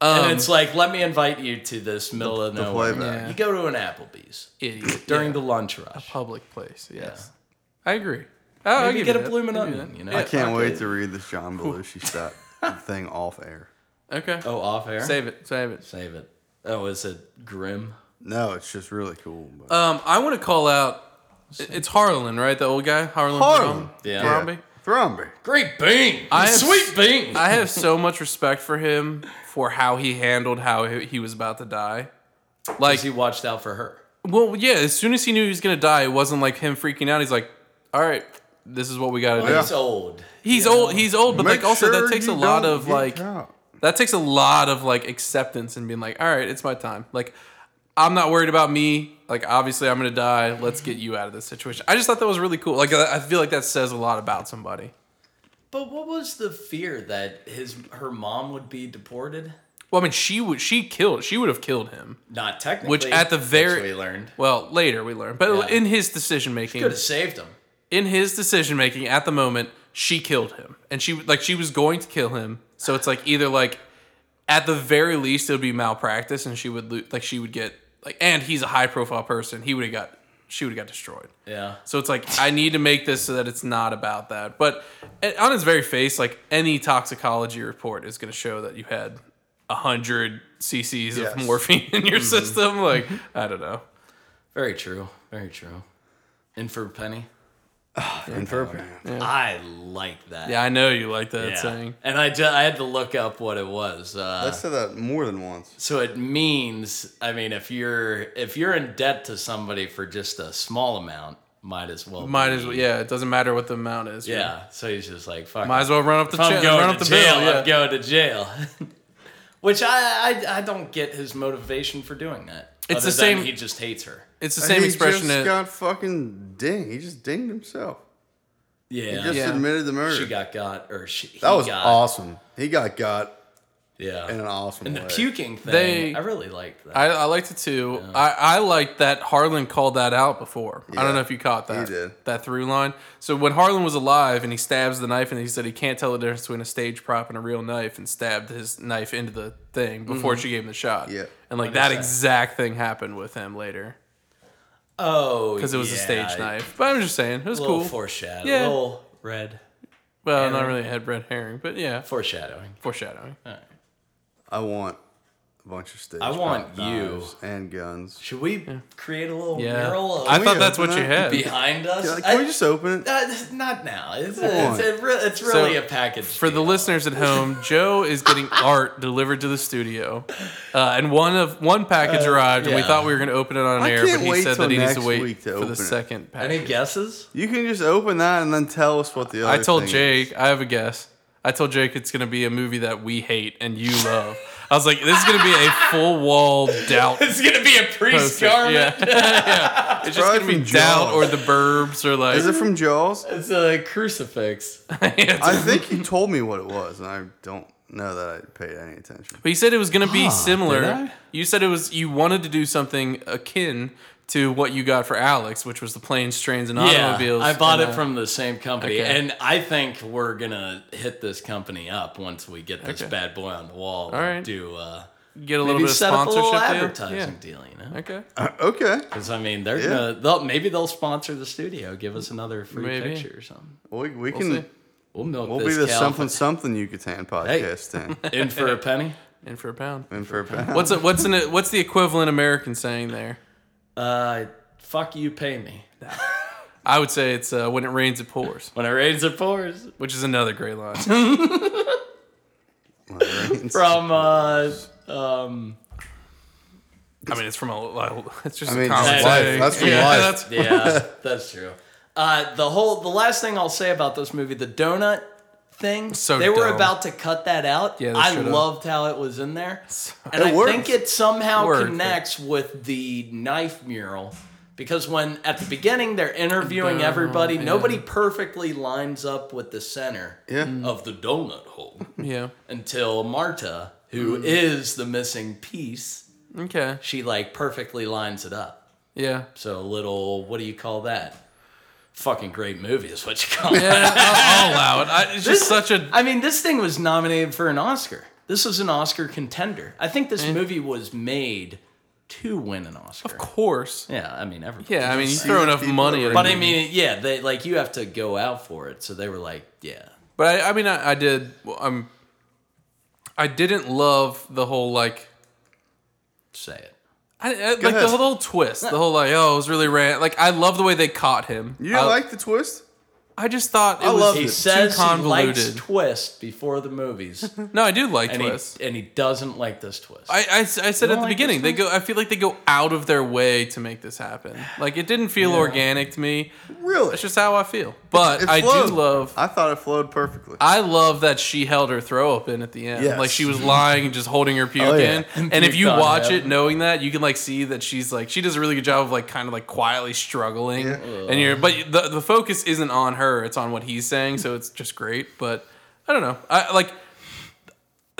S1: Um,
S3: and it's like, let me invite you to this middle of
S2: The
S3: nowhere.
S2: playback.
S1: Yeah.
S3: You go to an Applebee's
S1: idiot
S3: during
S1: yeah.
S3: the lunch rush.
S1: public place. Yes, I agree. Oh, I'll
S3: Maybe
S1: give
S3: get
S1: you
S3: a
S1: that.
S3: bloomin'
S1: I'll give
S3: onion,
S1: that.
S3: you know?
S1: Yeah,
S2: I can't
S1: I'll
S2: wait
S1: give
S2: to read this John Belushi stuff thing off air.
S1: it. Okay.
S3: Oh, off air.
S1: Save it. Save it.
S3: Save it. Oh, is it grim?
S2: No, it's just really cool. But.
S1: Um, I want to call out. It's Harlan, right? The old guy, Harlan.
S2: Harlan.
S1: Throm-
S3: Yeah.
S1: Thromby.
S2: Thromby.
S3: Great bean.
S1: I have-
S3: Sweet bean.
S1: I have so much respect for him for how he handled how he he was about to die. Like,
S3: he watched out for her.
S1: well, yeah. As soon as he knew he was gonna die, it wasn't like him freaking out. He's like, "All right, this is what we gotta do."
S2: Oh, Yeah.
S3: He's old.
S1: He's
S3: you
S1: old.
S3: know?
S1: He's old, but
S2: Make
S1: like also
S2: sure
S1: that takes a
S2: you
S1: lot
S2: don't
S1: of
S2: get
S1: like
S2: out.
S1: that takes a lot of like acceptance and being like, all right, it's my time. Like, I'm not worried about me. Like, obviously, I'm gonna die. Let's get you out of this situation. I just thought that was really cool. Like, I I feel like that says a lot about somebody.
S3: But what was the fear that his her mom would be deported?
S1: Well, I mean, she would. She killed. She would have killed him.
S3: Not technically.
S1: Which at the very-
S3: which we learned
S1: Well, later we learn, but
S3: Yeah.
S1: in his decision making,
S3: could have saved him.
S1: in his decision making at the moment, she killed him, and she like she was going to kill him. So it's like either like at the very least it would be malpractice, and she would lo- like she would get like, and he's a high profile person. He would have got she would have got destroyed.
S3: Yeah.
S1: So it's like I need to make this so that it's not about that. But a- on its very face, like any toxicology report is going to show that you had a hundred cc's
S2: Yes. Mm-hmm.
S1: of morphine in your system. Like I don't know.
S3: Very true. Very true. And for a penny,
S2: And Thromby.
S3: I like that.
S1: Yeah, I know you like that
S3: Yeah.
S1: saying.
S3: And I, ju- I had to look up what it was. Uh,
S2: I said that more than once.
S3: So it means, I mean, if you're if you're in debt to somebody for just a small amount, might as well.
S1: Might
S3: be.
S1: as well. Yeah, it doesn't matter what the amount is.
S3: Yeah. So he's just like, fuck.
S1: Might
S3: it.
S1: as well run up the
S3: If I'm
S1: check.
S3: going
S1: Run up
S3: to
S1: the
S3: jail,
S1: bill. Yeah.
S3: I'm going to jail. Which I, I I don't get his motivation for doing that.
S1: It's the
S3: other than
S1: same-
S3: He just hates her.
S1: It's the same
S2: Uh, he
S1: expression.
S2: just
S1: that-
S2: got fucking dinged. He just dinged himself. He
S3: Yeah.
S2: just
S1: Yeah.
S2: admitted the murder.
S3: She got got, or she.
S2: that
S3: he
S2: was
S3: got,
S2: awesome. He got got
S3: Yeah.
S2: in an awesome
S3: And
S2: way.
S3: the puking thing.
S1: They-
S3: I really liked that.
S1: I, I liked it too. I, I liked that Harlan called that out before. I
S2: Yeah,
S1: don't know if you caught that.
S2: he did.
S1: That through line. So when Harlan was alive and he stabs the knife and he said he can't tell the difference between a stage prop and a real knife and stabbed his knife into the thing before she gave him the shot.
S2: Mm-hmm. Yeah.
S1: And like that
S3: that?
S1: exact thing happened with him later
S3: oh,
S1: because it was a stage
S3: night.
S1: knife. But I'm just saying, it was
S3: A little
S1: cool.
S3: foreshadow.
S1: Yeah.
S3: A little red
S1: well, not really a head red herring, but yeah,
S3: foreshadowing.
S1: foreshadowing.
S2: I want a bunch of sticks.
S3: I want you.
S2: and guns.
S3: Should we create a little
S1: Yeah.
S3: mural of
S1: I
S2: we
S1: thought that's
S2: open
S1: what you
S2: it?
S1: had.
S3: behind us?
S2: Can,
S3: I-
S2: we just open it?
S3: uh, not now. It's,
S2: on.
S3: it's, a re- it's really a package.
S1: For the
S3: deal.
S1: listeners at home, Joe is getting art delivered to the studio, uh, and one of one package arrived, and we
S3: yeah.
S1: thought we were going to open it on
S2: Uh, I
S1: air, but
S2: can't
S1: he
S2: wait
S1: said
S2: till
S1: that he needs to
S2: next
S1: wait
S2: week to
S1: for
S2: open
S1: the
S2: it.
S1: second
S3: Any
S1: package.
S3: guesses?
S2: You can just open that and then tell us what the other.
S1: I told
S2: thing is.
S1: Jake, I have a guess. I told Jake it's going to be a movie that we hate and you love. I was like, this is going to be a full wall doubt.
S3: It's gonna be a priest
S1: poster. Yeah. Yeah. It's, just
S2: probably
S1: going to be
S2: from
S1: doubt
S2: Jaws.
S1: or the burbs or like.
S2: Is it from Jaws?
S3: It's a crucifix.
S1: It's-
S2: I think you told me what it was, and I don't know that I paid any attention.
S1: But you said it was going to be
S3: did
S1: similar.
S3: I?
S1: You said it was you wanted to do something akin to what you got for Alex, which was the planes, trains, and automobiles.
S3: I bought
S1: And,
S3: it
S1: uh,
S3: from the same company,
S1: okay.
S3: and I think we're gonna hit this company up once we get this
S1: Okay.
S3: bad boy on the wall.
S1: All right.
S3: and do uh,
S1: get a little
S3: maybe
S1: bit of
S3: set up a
S1: sponsorship
S3: little
S1: deal.
S3: advertising deal. You know,
S1: Yeah. Okay.
S2: Uh, okay,
S3: because I mean, they're
S2: Yeah.
S3: gonna they'll, maybe they'll sponsor the studio, give us another free
S1: Maybe.
S3: picture or something.
S2: we, we
S1: We'll see.
S2: can.
S3: We'll milk
S2: We'll be
S3: this
S2: the
S3: cow
S2: something something you could tan podcast
S3: for- in for a penny.
S1: In for a pound.
S2: in for a pound.
S1: What's it? What's an, What's the equivalent American saying there?
S3: Uh, fuck you, pay me.
S1: I would say it's uh, when it rains, it pours,
S3: When it rains, it pours.
S1: which is another great line.
S3: From uh, um,
S1: I mean, it's from a. Like, it's just
S2: I
S1: a
S2: mean,
S1: common
S3: just
S1: saying.
S2: life. That's from
S1: yeah,
S2: life.
S1: That's,
S3: yeah, that's true. Uh, the whole the last thing I'll say about this movie, the donut thing.
S1: So
S3: they were
S1: dumb.
S3: about to cut that out.
S1: Yeah, they
S3: I
S1: should've.
S3: loved how it was in there, and
S2: It
S3: I
S2: worked.
S3: think it somehow
S1: Worked, but-
S3: connects with the knife mural Because when at the beginning they're interviewing everybody, nobody perfectly lines up with the center
S2: Yeah.
S3: of the donut hole
S1: Yeah.
S3: until Marta, who
S1: Mm.
S3: is the missing piece,
S1: Okay.
S3: she like perfectly lines it up.
S1: Yeah.
S3: So a little, what do you call that? Fucking great movie is what you call it.
S1: Yeah, I'll, I'll allow it. I, it's just
S3: This-
S1: such a.
S3: I mean, this thing was nominated for an Oscar. This was an Oscar contender. I think this movie was made to win an Oscar.
S1: Eh. Of course.
S3: Yeah, I mean, everybody.
S1: Yeah, I mean, you
S2: See
S1: throw
S2: the
S1: enough
S2: people
S1: money at a
S3: But I
S1: movie.
S3: mean, yeah, they like you have to go out for it. So they were like, yeah,
S1: But I, I mean, I, I did. well, I'm. I didn't love the whole like,
S3: say it.
S1: I, I, like the
S2: ahead.
S1: whole twist. The whole like, oh, it was really ran. Like, I love the way they caught him.
S2: You didn't
S1: I,
S2: like the twist?
S1: I just thought it
S2: I
S1: was
S2: loved
S1: too
S3: He
S2: it.
S3: says he likes
S1: convoluted.
S3: twist before the movies,
S1: no, I do like
S3: and
S1: twists.
S3: he and he doesn't like this twist.
S1: I, I, I said at the
S3: like this
S1: beginning they go. I feel like they go out of their way to make this happen. Like it didn't feel organic to me.
S2: Really?
S1: That's just how I feel. But
S2: It
S1: I do
S2: flowed.
S1: love.
S2: I thought it flowed perfectly.
S1: I love that she held her throw up in at the end.
S2: Yes.
S1: Like she was lying and just holding her puke
S2: Oh, yeah.
S1: in.
S3: And
S1: And, if
S3: puked
S1: you
S3: on
S1: watch
S3: him.
S1: it knowing that, you can like see that she's like she does a really good job of like kind of like quietly struggling. And you're but the the focus isn't on her, it's on what he's saying, so it's just great. But I don't know. I like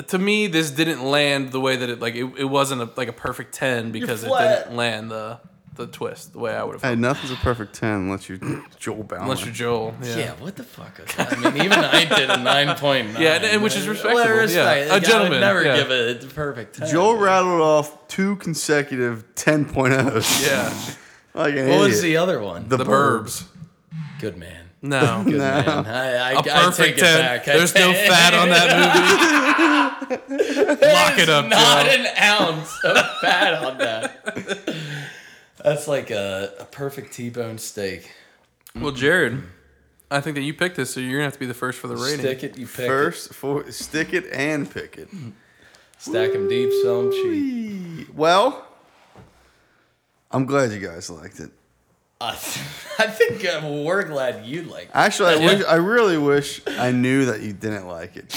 S1: to me this didn't land the way that it like it, it wasn't a, like a perfect 10 because it
S3: flat.
S1: didn't land the the twist the way I would have
S2: hey, nothing's a perfect 10 unless you're Joel Bauer.
S1: unless you're Joel. Yeah.
S3: yeah, what the fuck? was that? I mean, even I did a nine point nine.
S1: Yeah, and- and which is respectable, yeah. A gentleman,
S3: never
S1: yeah.
S3: give it a perfect. 10.
S2: Joel rattled off two consecutive 10.0s.
S1: Yeah.
S2: Like an
S3: What was
S2: idiot.
S3: the other one?
S1: The burbs.
S3: Good man.
S1: No.
S3: Good man. I, I,
S1: a
S3: I take
S1: perfect
S3: it
S1: 10.
S3: back. I
S1: There's no
S3: take-
S1: fat on that movie. Lock it up,
S3: Not
S1: Joe.
S3: an ounce of fat on that. That's like a, a perfect T-bone steak.
S1: Well, Jared, I think that you picked this, so you're going to have to be the first for the rating.
S3: Stick it, you pick
S2: First, for, stick it and pick it.
S1: Hmm.
S3: it. Stack them deep, sell them cheap.
S2: Well, I'm glad you guys liked it.
S3: I, I think uh, we're glad you like it.
S2: Actually, I
S1: Yeah.
S2: wish I really wish I knew that you didn't like it,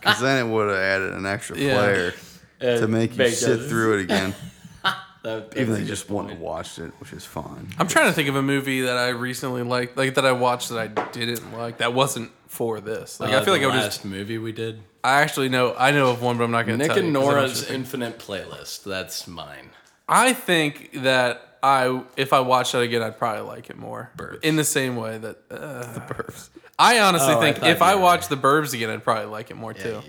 S2: because then it would have added an extra
S1: Yeah.
S2: player to
S3: Uh,
S2: make you
S3: make
S2: sit
S3: others-
S2: through it again.
S3: that- that's
S2: Even though
S3: a
S2: you
S3: good
S2: just want to
S3: point.
S2: watch it, which is fine.
S1: I'm trying to think of a movie that I recently liked, like that I watched that I didn't like, that wasn't for this. Like,
S3: Uh,
S1: I feel like
S3: the
S1: I would
S3: last
S1: just,
S3: movie we did.
S1: I actually know, I know of one, but I'm not going to
S3: Nick
S1: tell
S3: and
S1: you 'cause I don't
S3: Nora's
S1: just-
S3: Infinite Playlist. That's mine.
S1: I think that I, if I watched that again, I'd probably like it more.
S3: Burbs.
S1: In the same way that, uh, the Burbs. I honestly
S3: Oh, I
S1: think
S3: thought
S1: if
S3: you
S1: I
S3: were-
S1: watched the Burbs again, I'd probably like it more too.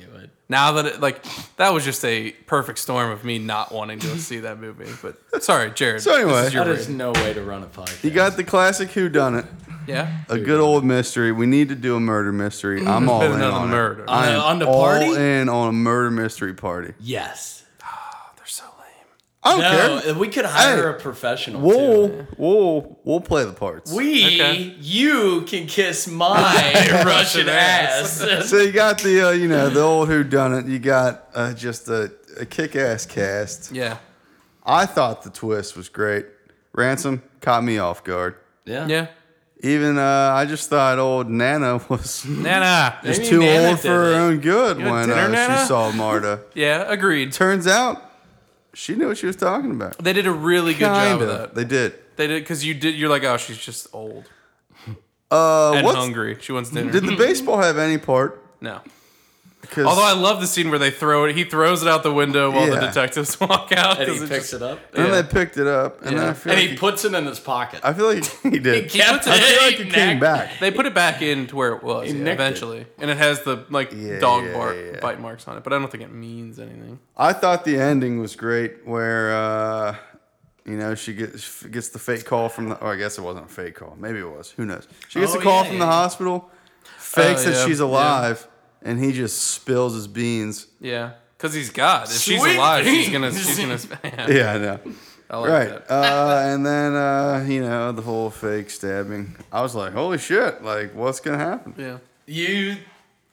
S1: Now that it, like that was just a perfect storm of me not wanting to see that movie. But sorry, Jared.
S2: So anyway,
S1: this is your
S3: That is
S1: rating.
S3: no way to run a podcast.
S2: You got the classic Who Done It,
S1: yeah. Mm-hmm.
S2: a good old mystery. We need to do a murder mystery. I'm all
S1: been
S2: in
S1: another
S2: on
S1: murder.
S2: It.
S3: On
S2: I am
S3: the- on the
S2: all
S3: party?
S2: in on a murder mystery party.
S3: yes.
S1: They're so lame.
S2: I don't
S3: No,
S2: care.
S3: we could hire
S2: Hey,
S3: a professional.
S2: We'll,
S3: too.
S2: we'll we'll play the parts.
S3: We,
S1: Okay.
S3: you can kiss my Russian ass.
S2: So you got the uh, you know the old Who Done It. You got uh, just a, a kick ass cast.
S1: Yeah.
S2: I thought the twist was great. Ransom caught me off guard.
S1: Yeah.
S2: Even uh, I just thought old Nana was
S1: Nana.
S2: was
S3: Maybe
S2: too
S3: Nana
S2: old
S3: did
S2: for her
S3: it.
S2: own good
S1: want
S2: when
S1: dinner,
S2: uh,
S1: Nana?
S2: she saw Marta.
S1: Yeah. Agreed.
S2: Turns out she knew what she was talking about.
S1: They did a really good job
S2: Kinda.
S1: of that.
S2: They did.
S1: They did because you did. You're like, oh, she's just old
S2: Uh,
S1: and
S2: what's,
S1: hungry. She wants dinner.
S2: Did the baseball have any part?
S1: no.
S2: 'Cause-
S1: Although I love the scene where they throw it. He throws it out the window while the
S2: Yeah.
S1: detectives walk out.
S3: And
S1: 'cause
S3: he
S1: it's
S3: picks
S1: just-
S3: it up.
S2: and
S1: yeah.
S2: they picked it up, and then I
S1: Yeah.
S2: feel
S3: And
S2: like
S3: he puts it in his pocket.
S2: I feel like he did.
S3: He kept
S2: I feel like
S3: it.
S2: it
S3: Neck-
S2: came back.
S1: They put it back in to where it was yeah,
S3: nicked it.
S1: eventually, and it has the like
S2: Yeah,
S1: dog
S2: yeah,
S1: bark
S2: yeah.
S1: bite marks on it, but I don't think it means anything.
S2: I thought the ending was great, where uh, you know she gets gets the fake call from the. Or I guess it wasn't a fake call. Maybe it was. Who knows? She gets
S3: Oh,
S2: a call
S3: yeah,
S2: from
S3: yeah, yeah.
S2: the hospital, fakes
S1: Oh, yeah,
S2: that she's
S1: yeah.
S2: alive, and he just spills his beans.
S1: Yeah, because he's God. If
S3: Sweet
S1: she's alive, she's
S3: beans.
S1: gonna. She's gonna. Yeah,
S2: Yeah, I know.
S1: I like
S2: right,
S1: that.
S2: uh, and then uh, you know the whole fake stabbing. I was like, "Holy shit! Like, what's gonna happen?"
S1: Yeah.
S3: you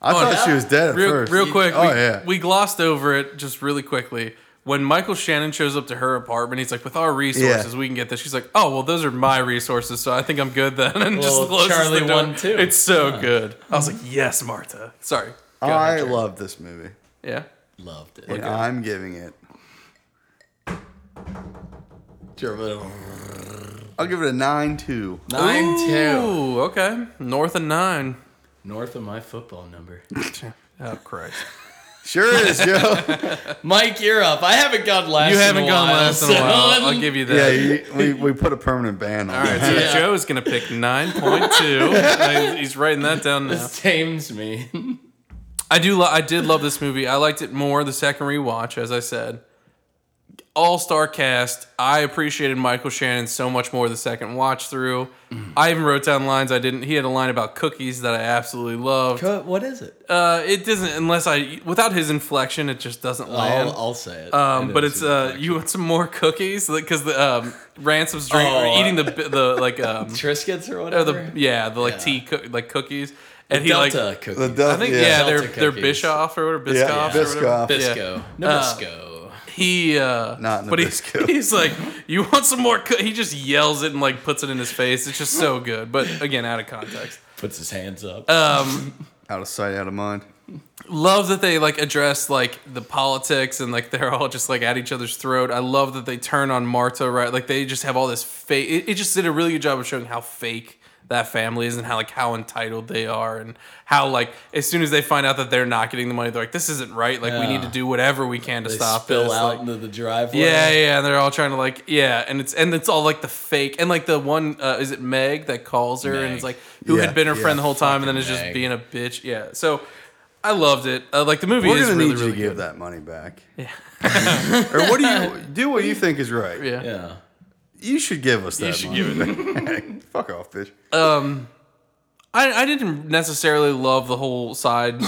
S2: I thought she was dead at
S1: Oh, Real,
S2: first.
S1: real quick.
S2: Oh
S1: we,
S2: yeah.
S1: we glossed over it just really quickly. When Michael Shannon shows up to her apartment, he's like, "With our resources, we can get this." She's like, "Oh well, those are my resources, so I think I'm good then." And
S3: Well,
S1: just closes
S3: Charlie
S1: the door.
S3: won, too.
S1: It's so good. I was like, "Yes, Marta." Sorry. Go ahead,
S2: Oh, I
S1: Jared.
S2: love this movie.
S1: yeah.
S3: loved it.
S2: And I'm giving it
S3: German-
S2: I'll give it a nine two.
S3: Nine two.
S1: Ooh, okay. North of nine.
S3: North of my football number.
S1: Oh Christ.
S2: Sure is, Joe.
S3: Mike, you're up. I haven't gone last.
S1: You
S3: in a
S1: haven't gone
S3: while,
S1: last in a while. I'll
S3: son.
S1: give you
S2: yeah,
S1: that.
S2: you, we, we put a permanent ban on.
S1: All right,
S2: it.
S1: so
S3: Yeah.
S1: Joe's gonna pick nine point two. He's- He's writing that down now.
S3: This tames me.
S1: I do. Lo- I did love this movie. I liked it more the second rewatch, as I said. All star cast. I appreciated Michael Shannon so much more the second watch through. I even wrote down lines I didn't. He had a line about cookies that I absolutely loved.
S3: Co- what is it?
S1: Uh, it doesn't unless I without his inflection, it just doesn't land.
S3: I'll, I'll say it.
S1: Um,
S3: It
S1: but
S3: is
S1: it's
S3: his
S1: uh,
S3: inflection.
S1: you want some more cookies because the um, ransom's drink
S3: Oh, uh,
S1: eating the bi- the like um
S3: Triscuits or
S1: or
S3: whatever.
S1: the yeah the like
S3: Yeah.
S1: tea coo- like cookies and he
S3: Delta
S1: like
S3: cookies.
S2: The Del-
S1: I think
S2: yeah.
S1: yeah, they're
S3: Delta
S1: they're
S3: cookies.
S1: Bischoff or whatever
S2: Yeah,
S1: Biscoff or whatever.
S2: Biscoff.
S3: Bisco.
S1: Uh,
S3: Nabisco.
S1: He uh,
S2: Not
S1: but he,
S2: Nabisco.
S1: he's like you want some more coo-? he just yells it and like puts it in his face. It's just so good, but again out of context.
S3: Puts his hands up.
S1: Um,
S2: Out of sight, out of mind.
S1: love that they like address like the politics and like they're all just like at each other's throat. I love that they turn on Marta, right? Like they just have all this fake. It, it just did a really good job of showing how fake that family is and how like how entitled they are and how like as soon as they find out that they're not getting the money, they're like, this isn't right. Like we need
S3: Yeah.
S1: to do whatever we can to
S3: they
S1: stop
S3: spill
S1: this.
S3: out
S1: Like,
S3: into the driveway.
S1: yeah, yeah, and they're all trying to like, yeah, and it's and it's all like the fake and like the one uh, is it Meg that calls her and
S3: Meg.
S1: is like who
S2: Yeah,
S1: had been her
S2: yeah.
S1: friend the whole time and then is
S3: Meg.
S1: just being a bitch. Yeah, so I loved it. Uh, like the movie
S2: We're
S1: is
S2: gonna
S1: really
S2: need you
S1: really
S2: to give
S1: good.
S2: that money back. Yeah. or what do you do? What you think is right?
S1: Yeah.
S3: Yeah.
S2: You should give us that. You
S1: should
S2: give it. Fuck off, bitch.
S1: I I didn't necessarily love the whole side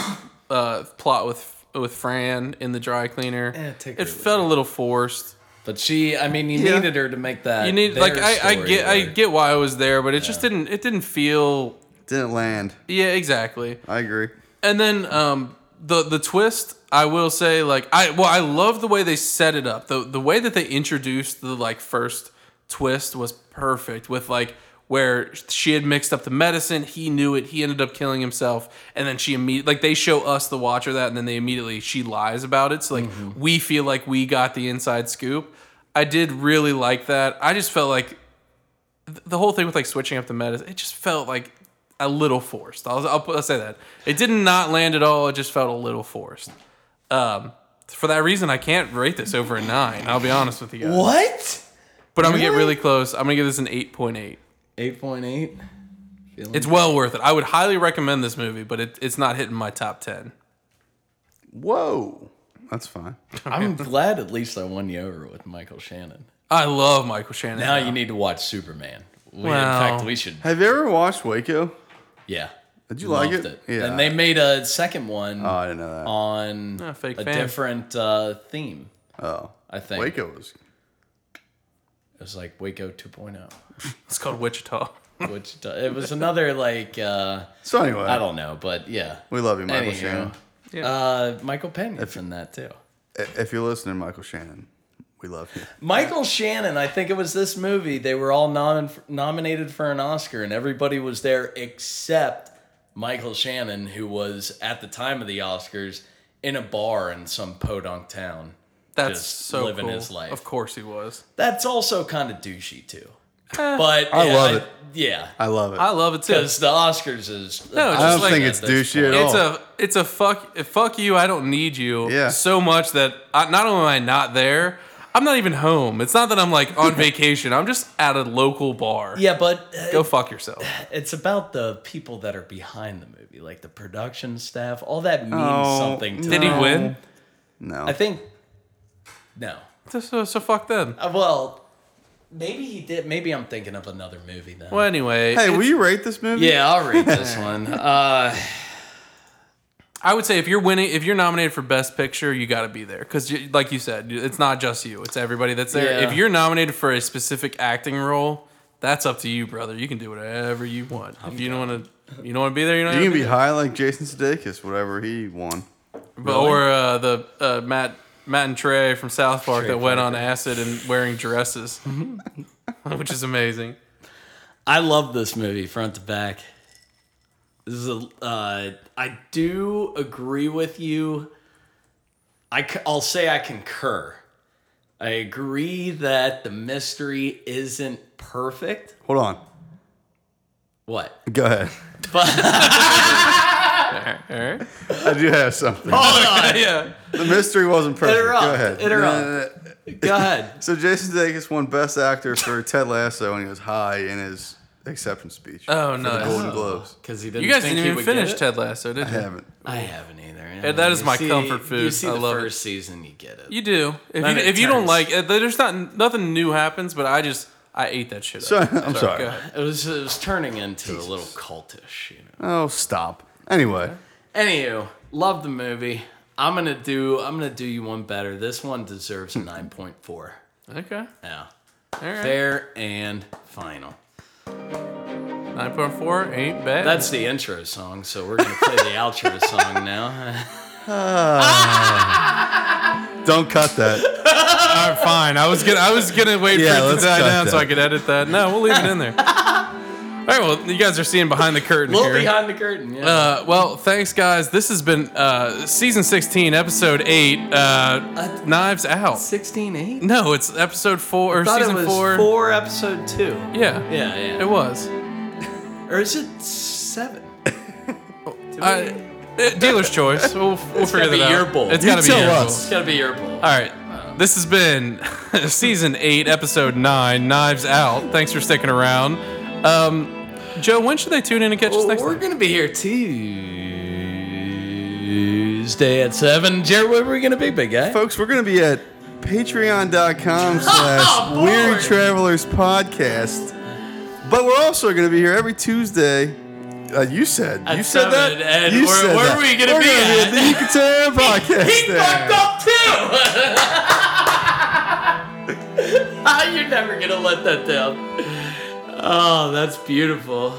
S1: uh, plot with with Fran in the dry cleaner.
S3: Eh, take her
S1: it
S3: or leave
S1: felt a little forced.
S3: But she, I mean, you
S2: Yeah.
S3: needed her to make that.
S1: You need
S3: their
S1: like I, I
S3: story
S1: get I
S3: work.
S1: get why I was there, but it just didn't it didn't feel
S2: Didn't land.
S1: yeah exactly.
S2: I agree.
S1: And then um, the the twist, I will say, like I well, I love the way they set it up. the The way that they introduced the like first twist was perfect. With like where she had mixed up the medicine, he knew it. He ended up killing himself, and then she immediately like they show us the watcher that, and then they immediately she lies about it. So like we feel like we got the inside scoop. I did really like that. I just felt like the whole thing with like switching up the metas, it just felt like a little forced. I'll, I'll, put, I'll say that it did not land at all. It just felt a little forced. Um, for that reason, I can't rate this over a nine. I'll be honest with you guys.
S3: What?
S1: But I'm gonna get
S3: Really?
S1: really close. I'm gonna give this an eight point eight.
S3: 8.8.
S1: It's well worth it. I would highly recommend this movie, but it, it's not hitting my top ten.
S2: Whoa. That's fine.
S3: I'm glad at least I won you over with Michael Shannon.
S1: I love Michael Shannon.
S3: Now you need to watch Superman. We,
S1: Wow.
S3: In fact, we should.
S2: Have you ever watched Waco?
S3: Yeah.
S2: Did you like it?
S3: Loved
S2: Yeah.
S3: And they made a second one
S2: Oh, I didn't know that.
S3: on
S1: Oh, fake
S3: a
S1: fan.
S3: different uh, theme,
S2: oh,
S3: I think.
S2: Waco was.
S3: It was like Waco 2.0.
S1: It's called Wichita.
S3: which do- it was another like uh
S2: So anyway,
S3: I don't know, but yeah.
S2: We love you, Michael
S3: Anywho,
S2: Shannon.
S3: Uh, Michael Pena's in that too.
S2: I- If you're listening, Michael Shannon, we love you.
S3: Michael Shannon, I think it was this movie. They were all nom- nominated for an Oscar, and everybody was there except Michael Shannon, who was at the time of the Oscars in a bar in some podunk town.
S1: That's
S3: Just
S1: so
S3: living
S1: cool.
S3: his life.
S1: Of course he was.
S3: That's also kind of douchey too.
S1: Eh.
S3: But
S2: I
S3: yeah,
S2: love it.
S3: Yeah,
S2: I love it.
S1: I love it too.
S3: because the Oscars is
S1: No, it's
S2: I don't
S1: just like
S2: think
S1: that
S2: it's
S3: at this
S2: douchey at all.
S1: It's a it's a fuck fuck you. I don't need you
S2: Oh. Yeah.
S1: so much that I, not only am I not there, I'm not even home. It's not that I'm like on vacation. I'm just at a local bar.
S3: yeah, but uh,
S1: Go fuck yourself.
S3: It's about the people that are behind the movie, like the production staff. All that means
S2: Oh,
S3: something to
S1: Did he
S3: them.
S1: win?
S2: no.
S3: I think no.
S1: So, so, so fuck them.
S3: Uh, well, maybe he did. Maybe I'm thinking of another movie then.
S1: Well, anyway,
S2: hey, will you rate this movie?
S3: Yeah, I'll read this one. Uh,
S1: I would say if you're winning, if you're nominated for best picture, you got to be there because, like you said, it's not just you; it's everybody that's there.
S3: Yeah.
S1: If you're nominated for a specific acting role, that's up to you, brother. You can do whatever you want. if you don't want to, you don't want to be there. You're not
S2: You
S1: gonna
S2: can
S1: be
S2: be high like Jason Sudeikis, whatever he won.
S1: But Or uh, the uh, Matt Matt and Trey from South Park
S3: Trey
S1: that went on acid and wearing dresses, which is amazing.
S3: I love this movie front to back. This is a. Uh, I do agree with you. I c- I'll say I concur. I agree that the mystery isn't perfect.
S2: Hold on.
S3: What?
S2: Go ahead.
S3: But
S2: I do have something.
S3: Oh.
S1: yeah.
S2: The mystery wasn't perfect.
S3: Interrupt.
S2: Go ahead.
S3: Interrupt.
S2: No, no, no.
S3: go ahead.
S2: So Jason Sudeikis won Best Actor for Ted Lasso, and he was high in his acceptance speech.
S1: Oh,
S2: for
S1: nice.
S2: The Golden Globes.
S3: Because he didn't.
S1: You guys
S3: think
S1: didn't
S3: he
S1: even
S3: would get
S1: finish
S3: it?
S1: Ted Lasso, did
S3: Oh.
S2: I
S1: you?
S2: haven't.
S3: I haven't either.
S1: And that
S3: You
S1: is my
S3: see-
S1: comfort
S3: You
S1: food.
S3: see
S1: I
S3: the
S1: love it.
S3: first season, you get it.
S1: You do. If
S3: Then
S1: you,
S3: it
S1: if you don't
S3: turns.
S1: like it, there's not nothing new happens, but I just I ate that shit.
S2: So,
S1: up.
S2: I'm
S1: Go
S2: sorry.
S1: ahead.
S3: It was it was turning into a little cultish, you know.
S2: Oh, stop. Anyway,
S3: Anywho, love the movie. I'm gonna do I'm gonna do you one better. This one deserves a nine point four.
S1: Okay.
S3: Yeah.
S1: All right.
S3: Hmm. Fair and final.
S1: Nine point four ain't bad.
S3: That's the intro song, so we're gonna play the outro song now.
S2: don't cut that.
S1: All right, fine. I was gonna I was gonna wait
S2: Yeah,
S1: for it to
S2: let's
S1: die
S2: cut
S1: down so
S2: that.
S1: I could edit that. No, we'll leave it in there. All right. Well, you guys are seeing behind the curtain
S3: Little
S1: here.
S3: behind the curtain, yeah.
S1: Uh, well, thanks, guys. This has been uh, season 16, episode 8, uh, Knives Out.
S3: Sixteen eight?
S1: No, it's episode 4, or
S3: thought
S1: season
S3: it was
S1: 4.
S3: four episode two.
S1: Yeah,
S3: Yeah,
S1: it
S3: yeah.
S1: was.
S3: Or is it seven? Did we-
S1: I, uh, dealer's choice. We'll, we'll figure
S3: gotta be
S1: that out.
S3: your bowl.
S1: It's
S2: You
S1: gotta be
S2: tell
S1: your
S2: us.
S1: bowl.
S3: it's gotta be your ball.
S1: All right. This has been season eight, episode nine, Knives Out. Thanks for sticking around. Um, Joe, when should they tune in and catch us
S3: Well,
S1: next
S3: we're
S1: time?
S3: gonna be here Tuesday at seven. Jared, where are we gonna be, big guy?
S2: Folks, we're going to be at patreon.com slash
S3: Oh, boy.
S2: Weird Travelers Podcast. But we're also going to be here every Tuesday. Uh, you said.
S3: At
S2: you said
S3: seven,
S2: that.
S3: and
S2: you
S3: where-
S2: said
S3: where
S2: that.
S3: are we gonna
S2: We're
S3: be
S2: gonna
S3: at?
S2: the Yucatan Podcast.
S3: he fucked up too. Ah, You're never gonna let that down. Oh, that's beautiful.